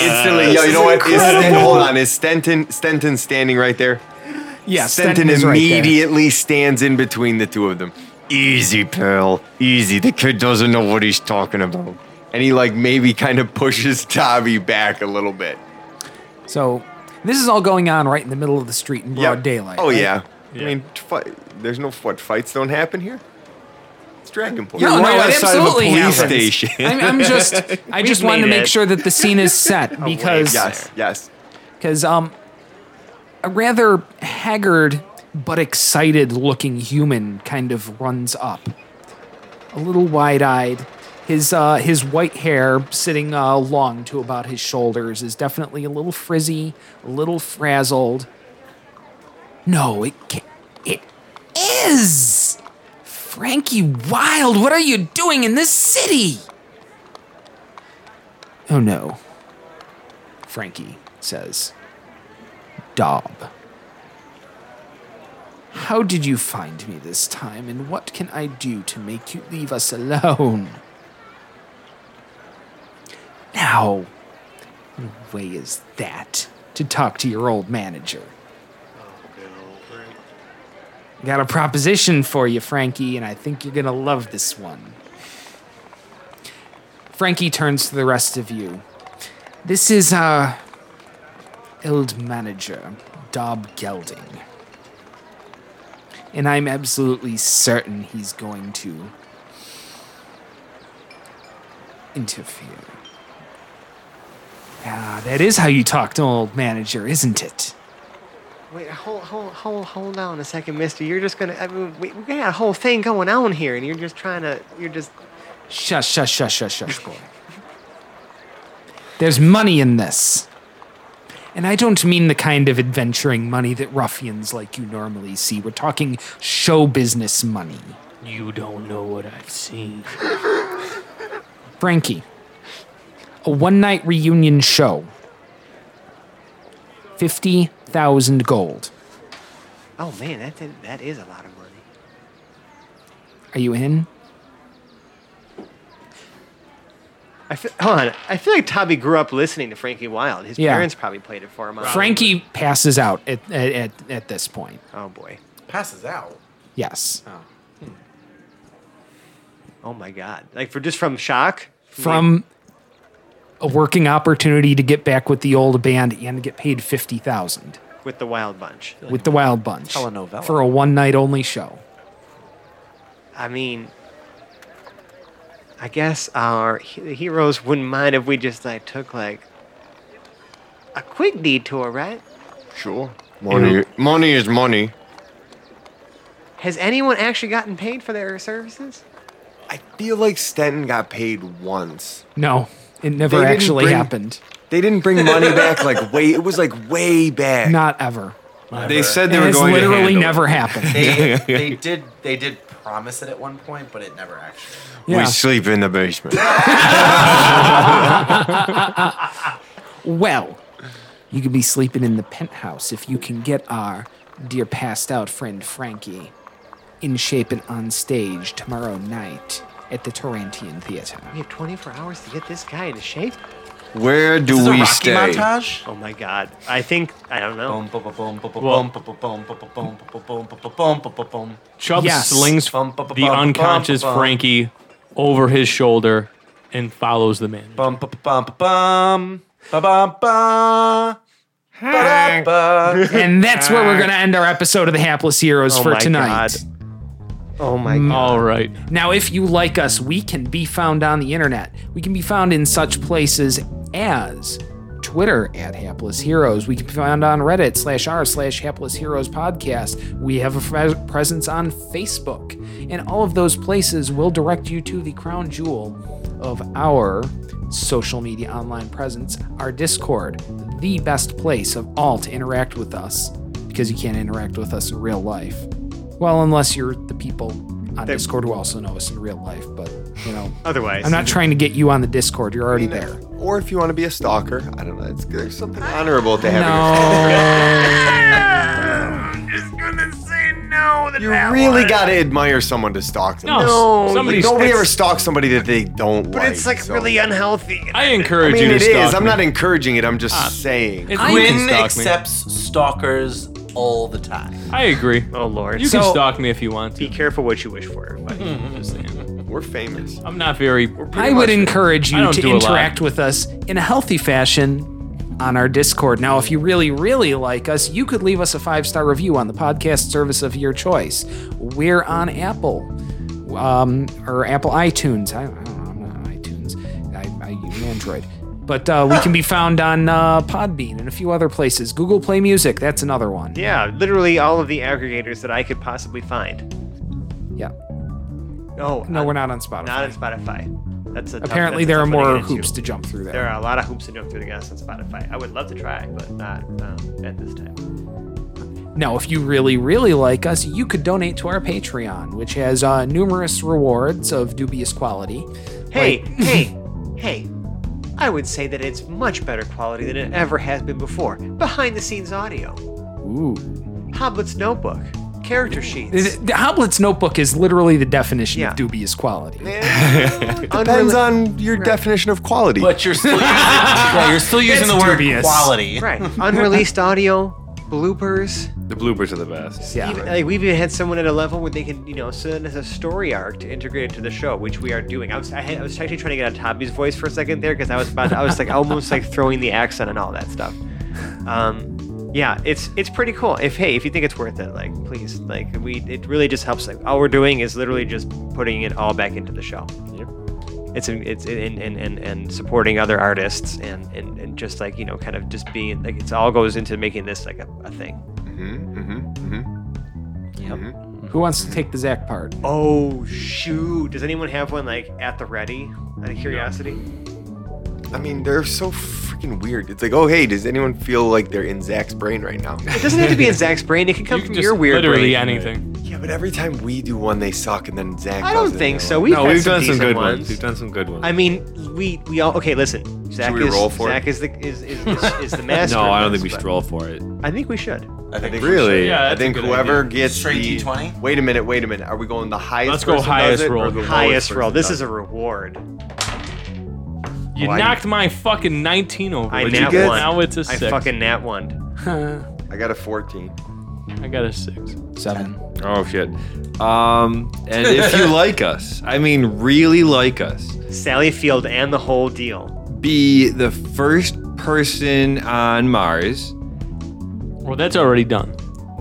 Speaker 6: Instantly, yo, you know what? Is Sten- hold on, is Stenton Stenton standing right there?
Speaker 3: Yeah,
Speaker 6: Stenton,
Speaker 3: is right there.
Speaker 6: immediately stands in between the two of them. Easy, Pearl. Easy. The kid doesn't know what he's talking about. And he like maybe kind of pushes Tabby back a little bit.
Speaker 3: So this is all going on right in the middle of the street in broad
Speaker 6: Yep.
Speaker 3: daylight.
Speaker 6: Oh
Speaker 3: right?
Speaker 6: yeah. I mean, fi- there's no what fights don't happen here. It's Dragon Ball.
Speaker 3: No,
Speaker 7: You're
Speaker 3: no,
Speaker 7: right
Speaker 3: it
Speaker 7: outside of a
Speaker 3: absolutely
Speaker 7: police
Speaker 3: happens.
Speaker 7: station.
Speaker 3: I'm, I'm just, I just
Speaker 5: We've
Speaker 3: wanted to
Speaker 5: made
Speaker 3: make
Speaker 5: it.
Speaker 3: sure that the scene is
Speaker 7: Oh,
Speaker 3: set because
Speaker 6: Yes, yes.
Speaker 3: because um, a rather haggard but excited looking human kind of runs up. A little wide eyed. His, uh, his white hair, sitting uh, long to about his shoulders, is definitely a little frizzy, a little frazzled. No, it can't. It is! Frankie Wild, what are you doing in this city? Oh no, Frankie says. Dob. How did you find me this time, and what can I do to make you leave us alone? Now, what way is that to talk to your old manager? I Got a proposition for you, Frankie, and I think you're gonna love this one. Frankie turns to the rest of you. This is uh, our old manager, Dob Gelding. And I'm absolutely certain he's going to interfere. Ah, that is how you talk to an old manager, isn't it?
Speaker 5: Wait, hold, hold, hold, hold on a second, Mister. You're just gonna. I mean, we, we got a whole thing going on here, and you're just trying to. You're just.
Speaker 3: Shush, shush, shush, shush, shush, boy. There's money in this. And I don't mean the kind of adventuring money that ruffians like you normally see. We're talking show business money.
Speaker 1: You don't know what I've seen.
Speaker 3: Frankie, a one night reunion show. 50,000 gold.
Speaker 5: Oh man, that did- that is a lot of money.
Speaker 3: Are you in?
Speaker 5: I feel, hold on. I feel like Toby grew up listening to Frankie Wilde. His
Speaker 3: Yeah.
Speaker 5: parents probably played it for him. on-
Speaker 3: Frankie passes out at, at, at, at this point.
Speaker 5: Oh boy.
Speaker 4: Passes out.
Speaker 3: Yes.
Speaker 5: Oh my God. Like for just from shock.
Speaker 3: From a working opportunity to get back with the old band and get paid 50,000.
Speaker 5: like, with the Wild Bunch.
Speaker 3: with the Wild Bunch
Speaker 4: Telenovela.
Speaker 3: for a one night only show.
Speaker 5: I mean, I guess our he- the heroes wouldn't mind if we just like took like a quick detour, right?
Speaker 6: Sure. Money, money is money.
Speaker 5: Has anyone actually gotten paid for their services?
Speaker 6: I feel like Stenton got paid once.
Speaker 3: No, it never
Speaker 6: They didn't
Speaker 3: actually
Speaker 6: bring-
Speaker 3: happened.
Speaker 6: They didn't bring money back like way. It was like way back.
Speaker 3: Not ever.
Speaker 7: They said they
Speaker 3: It
Speaker 7: were
Speaker 3: has
Speaker 7: going to
Speaker 3: literally
Speaker 7: handle it.
Speaker 3: never happened.
Speaker 4: They, they did they did promise it at one point, but it never actually.
Speaker 3: Yeah.
Speaker 6: We sleep in the basement.
Speaker 3: Well, you could be sleeping in the penthouse if you can get our dear passed out friend Frankie in shape and on stage tomorrow night at the Tarantian Theater.
Speaker 5: We have 24 hours to get this guy into shape.
Speaker 6: Where do
Speaker 4: Is this a
Speaker 6: we
Speaker 4: Rocky
Speaker 6: stay?
Speaker 4: montage?
Speaker 5: Oh my God. I think I don't know.
Speaker 4: Boom, boom, boom, boom, boom,
Speaker 1: Well-
Speaker 4: boom, boom, boom, boom, boom, boom, boom, boom, boom, boom, boom, boom.
Speaker 1: Chubb
Speaker 3: Yes.
Speaker 1: slings
Speaker 4: Bum, bum, bum,
Speaker 1: the
Speaker 4: bum,
Speaker 1: unconscious
Speaker 4: bum, bum.
Speaker 1: Frankie over his shoulder and follows the man.
Speaker 4: Bum, bum, bum, bum, bum, bum, bum. Ba-da-ba.
Speaker 3: And that's where we're going to end our episode of The Hapless Heroes
Speaker 5: Oh
Speaker 3: for
Speaker 5: my
Speaker 3: tonight.
Speaker 5: God. Oh my God.
Speaker 1: All right.
Speaker 3: Now, if you like us, we can be found on the internet. We can be found in such places as Twitter at Hapless Heroes. We can be found on Reddit slash r slash Hapless Heroes Podcast. We have a fre- presence on Facebook. And all of those places will direct you to the crown jewel of our social media online presence, our Discord, the best place of all to interact with us because you can't interact with us in real life. Well, unless you're the people on Discord who also know us in real life, but you know,
Speaker 5: Otherwise,
Speaker 3: I'm not trying to get you on the Discord. You're already there.
Speaker 6: Or if you want to be a stalker, I don't know. It's, there's something honorable to having. a You really gotta admire someone to stalk them.
Speaker 1: No, somebody.
Speaker 6: Like, nobody ever stalks somebody that they don't like.
Speaker 5: But it's like
Speaker 6: so-
Speaker 5: really unhealthy.
Speaker 1: I
Speaker 6: I
Speaker 1: encourage
Speaker 6: mean,
Speaker 1: you to
Speaker 6: it
Speaker 1: stalk
Speaker 6: is. I'm
Speaker 1: me.
Speaker 6: not encouraging it. I'm just saying.
Speaker 1: It's- you can
Speaker 4: Gwyn
Speaker 1: stalk me.
Speaker 4: accepts stalkers all the time.
Speaker 1: I agree.
Speaker 5: Oh Lord.
Speaker 1: You
Speaker 5: So
Speaker 1: can
Speaker 3: So-
Speaker 1: stalk me if you want
Speaker 5: be
Speaker 1: to.
Speaker 5: careful what you wish for. buddy.
Speaker 1: Just saying.
Speaker 6: We're famous.
Speaker 1: I'm not very.
Speaker 3: I would encourage
Speaker 1: I
Speaker 3: you
Speaker 1: don't
Speaker 3: to
Speaker 1: do a lot.
Speaker 3: interact with us in a healthy fashion on our Discord. Now, if you really, really like us, you could leave us a five star review on the podcast service of your choice. We're on Apple um, or Apple iTunes. I, I don't know. I'm not on iTunes. I, I use Android. But uh, we can be found on uh, Podbean and a few other places. Google Play Music, that's another one.
Speaker 5: Yeah, literally all of the aggregators that I could possibly find.
Speaker 3: Yeah.
Speaker 5: No,
Speaker 3: No,
Speaker 5: uh,
Speaker 3: we're not on Spotify.
Speaker 5: Not on Spotify. That's a tough-
Speaker 3: Apparently,
Speaker 5: that's a
Speaker 3: there are
Speaker 5: tough one to
Speaker 3: more
Speaker 5: get into.
Speaker 3: hoops to jump through there.
Speaker 5: There are a lot of hoops to jump through to get us on Spotify. I would love to try, but not um, at this time.
Speaker 3: Now, if you really, really like us, you could donate to our Patreon, which has uh, numerous rewards of dubious quality.
Speaker 5: Hey, hey, hey! I would say that it's much better quality than it ever has been before. Behind the scenes audio,
Speaker 3: Ooh.
Speaker 5: Hoblet's notebook, character sheets.
Speaker 3: The the Hoblet's Notebook is literally the definition
Speaker 5: Yeah.
Speaker 3: of dubious quality.
Speaker 6: Depends on your definition of quality.
Speaker 4: But you're still using, yeah, you're still using the word
Speaker 3: dubious.
Speaker 4: quality.
Speaker 5: right. Unreleased audio, bloopers.
Speaker 7: The bloopers are the best.
Speaker 3: Yeah.
Speaker 5: Even, like we've even had someone at a level where they can, you know, send us a story arc to integrate into the show, which we are doing. I was, I, had, I was actually trying to get on Tommy's voice for a second there because I was about, I was like almost like throwing the accent and all that stuff. Um, yeah, it's it's pretty cool. If hey, if you think it's worth it, like please, like we, it really just helps. Like all we're doing is literally just putting it all back into the show. It's in, it's in, in, in, and supporting other artists and, and and just like you know, kind of just being like it's all goes into making this like a, a thing.
Speaker 3: Who wants to take the Zach part?
Speaker 5: Oh shoot! Does anyone have one like at the ready? Out of curiosity.
Speaker 6: I mean, they're so freaking weird. It's like, oh hey, does anyone feel like they're in Zach's brain right now?
Speaker 5: It doesn't have to be in Zach's brain. It can come from
Speaker 1: Just
Speaker 5: your weird
Speaker 1: literally
Speaker 5: brain.
Speaker 1: anything.
Speaker 6: yeah, but every time we do one, they suck, and then Zach.
Speaker 5: I
Speaker 6: does
Speaker 5: don't
Speaker 6: it,
Speaker 5: think
Speaker 6: they're
Speaker 5: so.
Speaker 6: like-
Speaker 5: We've
Speaker 7: No,
Speaker 5: had
Speaker 7: we've
Speaker 5: some
Speaker 7: done some
Speaker 5: decent
Speaker 7: good
Speaker 5: ones.
Speaker 7: ones. We've done some good ones.
Speaker 5: I mean, we we all okay. Listen, Zach
Speaker 6: we
Speaker 5: is
Speaker 6: roll for it?
Speaker 5: Zach is the is, is, is, is the master.
Speaker 7: no,
Speaker 5: of
Speaker 7: I don't
Speaker 5: this,
Speaker 7: think we should
Speaker 5: but
Speaker 7: roll for it.
Speaker 5: I think we should.
Speaker 6: I think we
Speaker 7: Really?
Speaker 6: should.
Speaker 1: Yeah,
Speaker 6: I
Speaker 1: that's a
Speaker 6: think
Speaker 1: good
Speaker 6: whoever
Speaker 1: idea.
Speaker 6: gets
Speaker 4: Straight
Speaker 6: the-
Speaker 4: D20?
Speaker 6: Wait a minute. Wait a minute. Are we going the highest?
Speaker 1: Let's go
Speaker 6: person does
Speaker 1: highest
Speaker 6: it, or
Speaker 1: roll.
Speaker 6: the lowest
Speaker 5: Highest
Speaker 6: person
Speaker 5: roll. This
Speaker 6: does
Speaker 5: is a reward.
Speaker 1: You
Speaker 6: Why?
Speaker 1: knocked my fucking 19 over.
Speaker 5: I
Speaker 1: Did
Speaker 5: nat
Speaker 1: you get-
Speaker 5: one.
Speaker 1: Now it's a
Speaker 5: I
Speaker 1: six.
Speaker 5: fucking nat one.
Speaker 6: it? I got a fourteen.
Speaker 1: I got a six.
Speaker 3: Seven.
Speaker 7: Oh shit. Um, and if you like us, I mean, really like us,
Speaker 5: Sally Field and the whole deal.
Speaker 7: be the first person on Mars.
Speaker 1: Well, that's already done.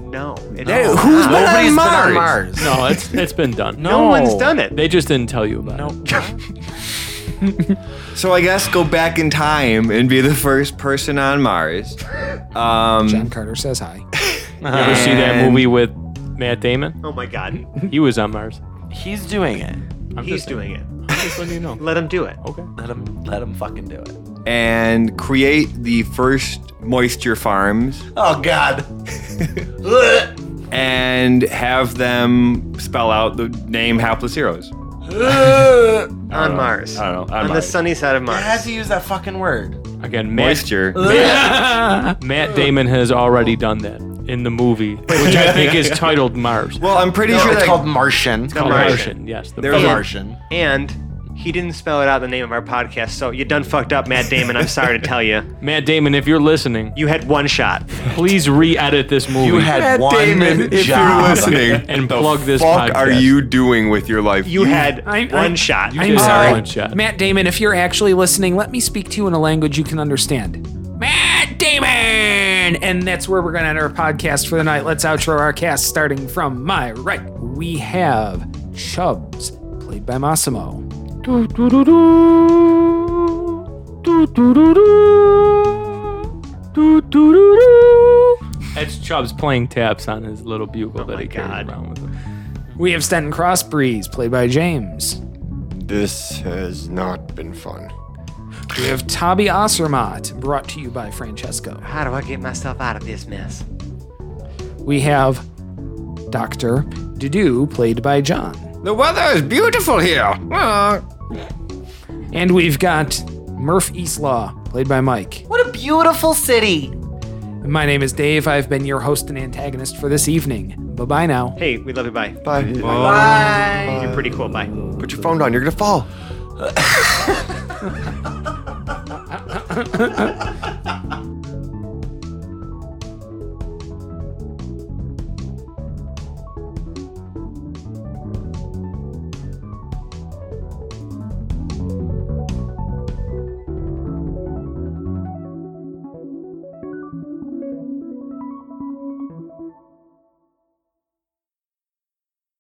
Speaker 5: No,
Speaker 7: Who's
Speaker 5: it-
Speaker 4: Nobody's been on Mars.
Speaker 1: No, it's that's been done.
Speaker 5: no one's done it.
Speaker 1: They just didn't tell you about it.
Speaker 7: So I guess go back in time and be the first person on Mars.
Speaker 5: Mm.
Speaker 7: Um,
Speaker 3: John Carter says hi.
Speaker 1: You ever see that
Speaker 7: And-
Speaker 1: movie with Matt Damon?
Speaker 5: oh my god,
Speaker 1: He was on Mars.
Speaker 4: He's doing it.
Speaker 1: I'm
Speaker 5: he's
Speaker 1: just saying.
Speaker 5: doing it.
Speaker 1: I'm just letting you know.
Speaker 5: Let him do it.
Speaker 1: Okay.
Speaker 4: Let him, let him fucking do it.
Speaker 7: and create the first moisture farms
Speaker 4: Oh God.
Speaker 7: and have them spell out the name Hapless Heroes. Uh.
Speaker 5: On Mars.
Speaker 7: I don't know.
Speaker 5: On
Speaker 7: I'm
Speaker 5: the sunny side of Mars.
Speaker 4: How do you use that fucking word?
Speaker 1: Again, Matt,
Speaker 7: moisture.
Speaker 1: Matt Damon has already done that in the movie, which I think is titled Mars.
Speaker 7: Well, I'm pretty
Speaker 4: No,
Speaker 7: sure
Speaker 4: it's
Speaker 7: that
Speaker 4: called Martian. It's
Speaker 1: The
Speaker 5: Martian.
Speaker 1: Martian, yes. The
Speaker 7: There
Speaker 1: Martian.
Speaker 7: was-
Speaker 4: Martian.
Speaker 5: And he didn't spell it out in the name of our podcast, so you done fucked up, Matt Damon. I'm sorry to tell you.
Speaker 1: Matt Damon, if you're listening,
Speaker 5: You had one shot.
Speaker 1: please re-edit this movie
Speaker 4: You had one
Speaker 6: Damon, if you're
Speaker 4: job.
Speaker 6: listening,
Speaker 1: and plug this
Speaker 6: fuck
Speaker 1: podcast.
Speaker 6: are you doing with your life?
Speaker 5: You had
Speaker 3: I-
Speaker 5: one
Speaker 3: I-
Speaker 5: shot.
Speaker 1: You did
Speaker 3: sorry.
Speaker 1: one shot.
Speaker 3: Matt Damon, if you're actually listening, let me speak to you in a language you can understand. Matt Damon! And that's where we're going to end our podcast for the night. Let's outro our cast starting from my right. We have Chubbs, played by Massimo.
Speaker 1: That's Chubbs playing taps on his little bugle that
Speaker 5: my
Speaker 1: he carries
Speaker 5: God.
Speaker 1: around with him.
Speaker 3: We have Stanton Crossbreeze, played by James.
Speaker 6: This has not been fun.
Speaker 3: We have Tabi Osermat, brought to you by Francesco.
Speaker 5: How do I get myself out of this mess?
Speaker 3: We have Dr. Dudu, played by John.
Speaker 7: the weather is beautiful here. Ah.
Speaker 3: And we've got Murph Eastlaw, played by Mike.
Speaker 4: What a beautiful city.
Speaker 3: My name is Dave. I've been your host and antagonist for this evening. Bye bye now.
Speaker 5: Hey, we love you. Bye.
Speaker 6: Bye.
Speaker 5: You're pretty cool. Bye.
Speaker 6: Put your phone down. You're gonna fall.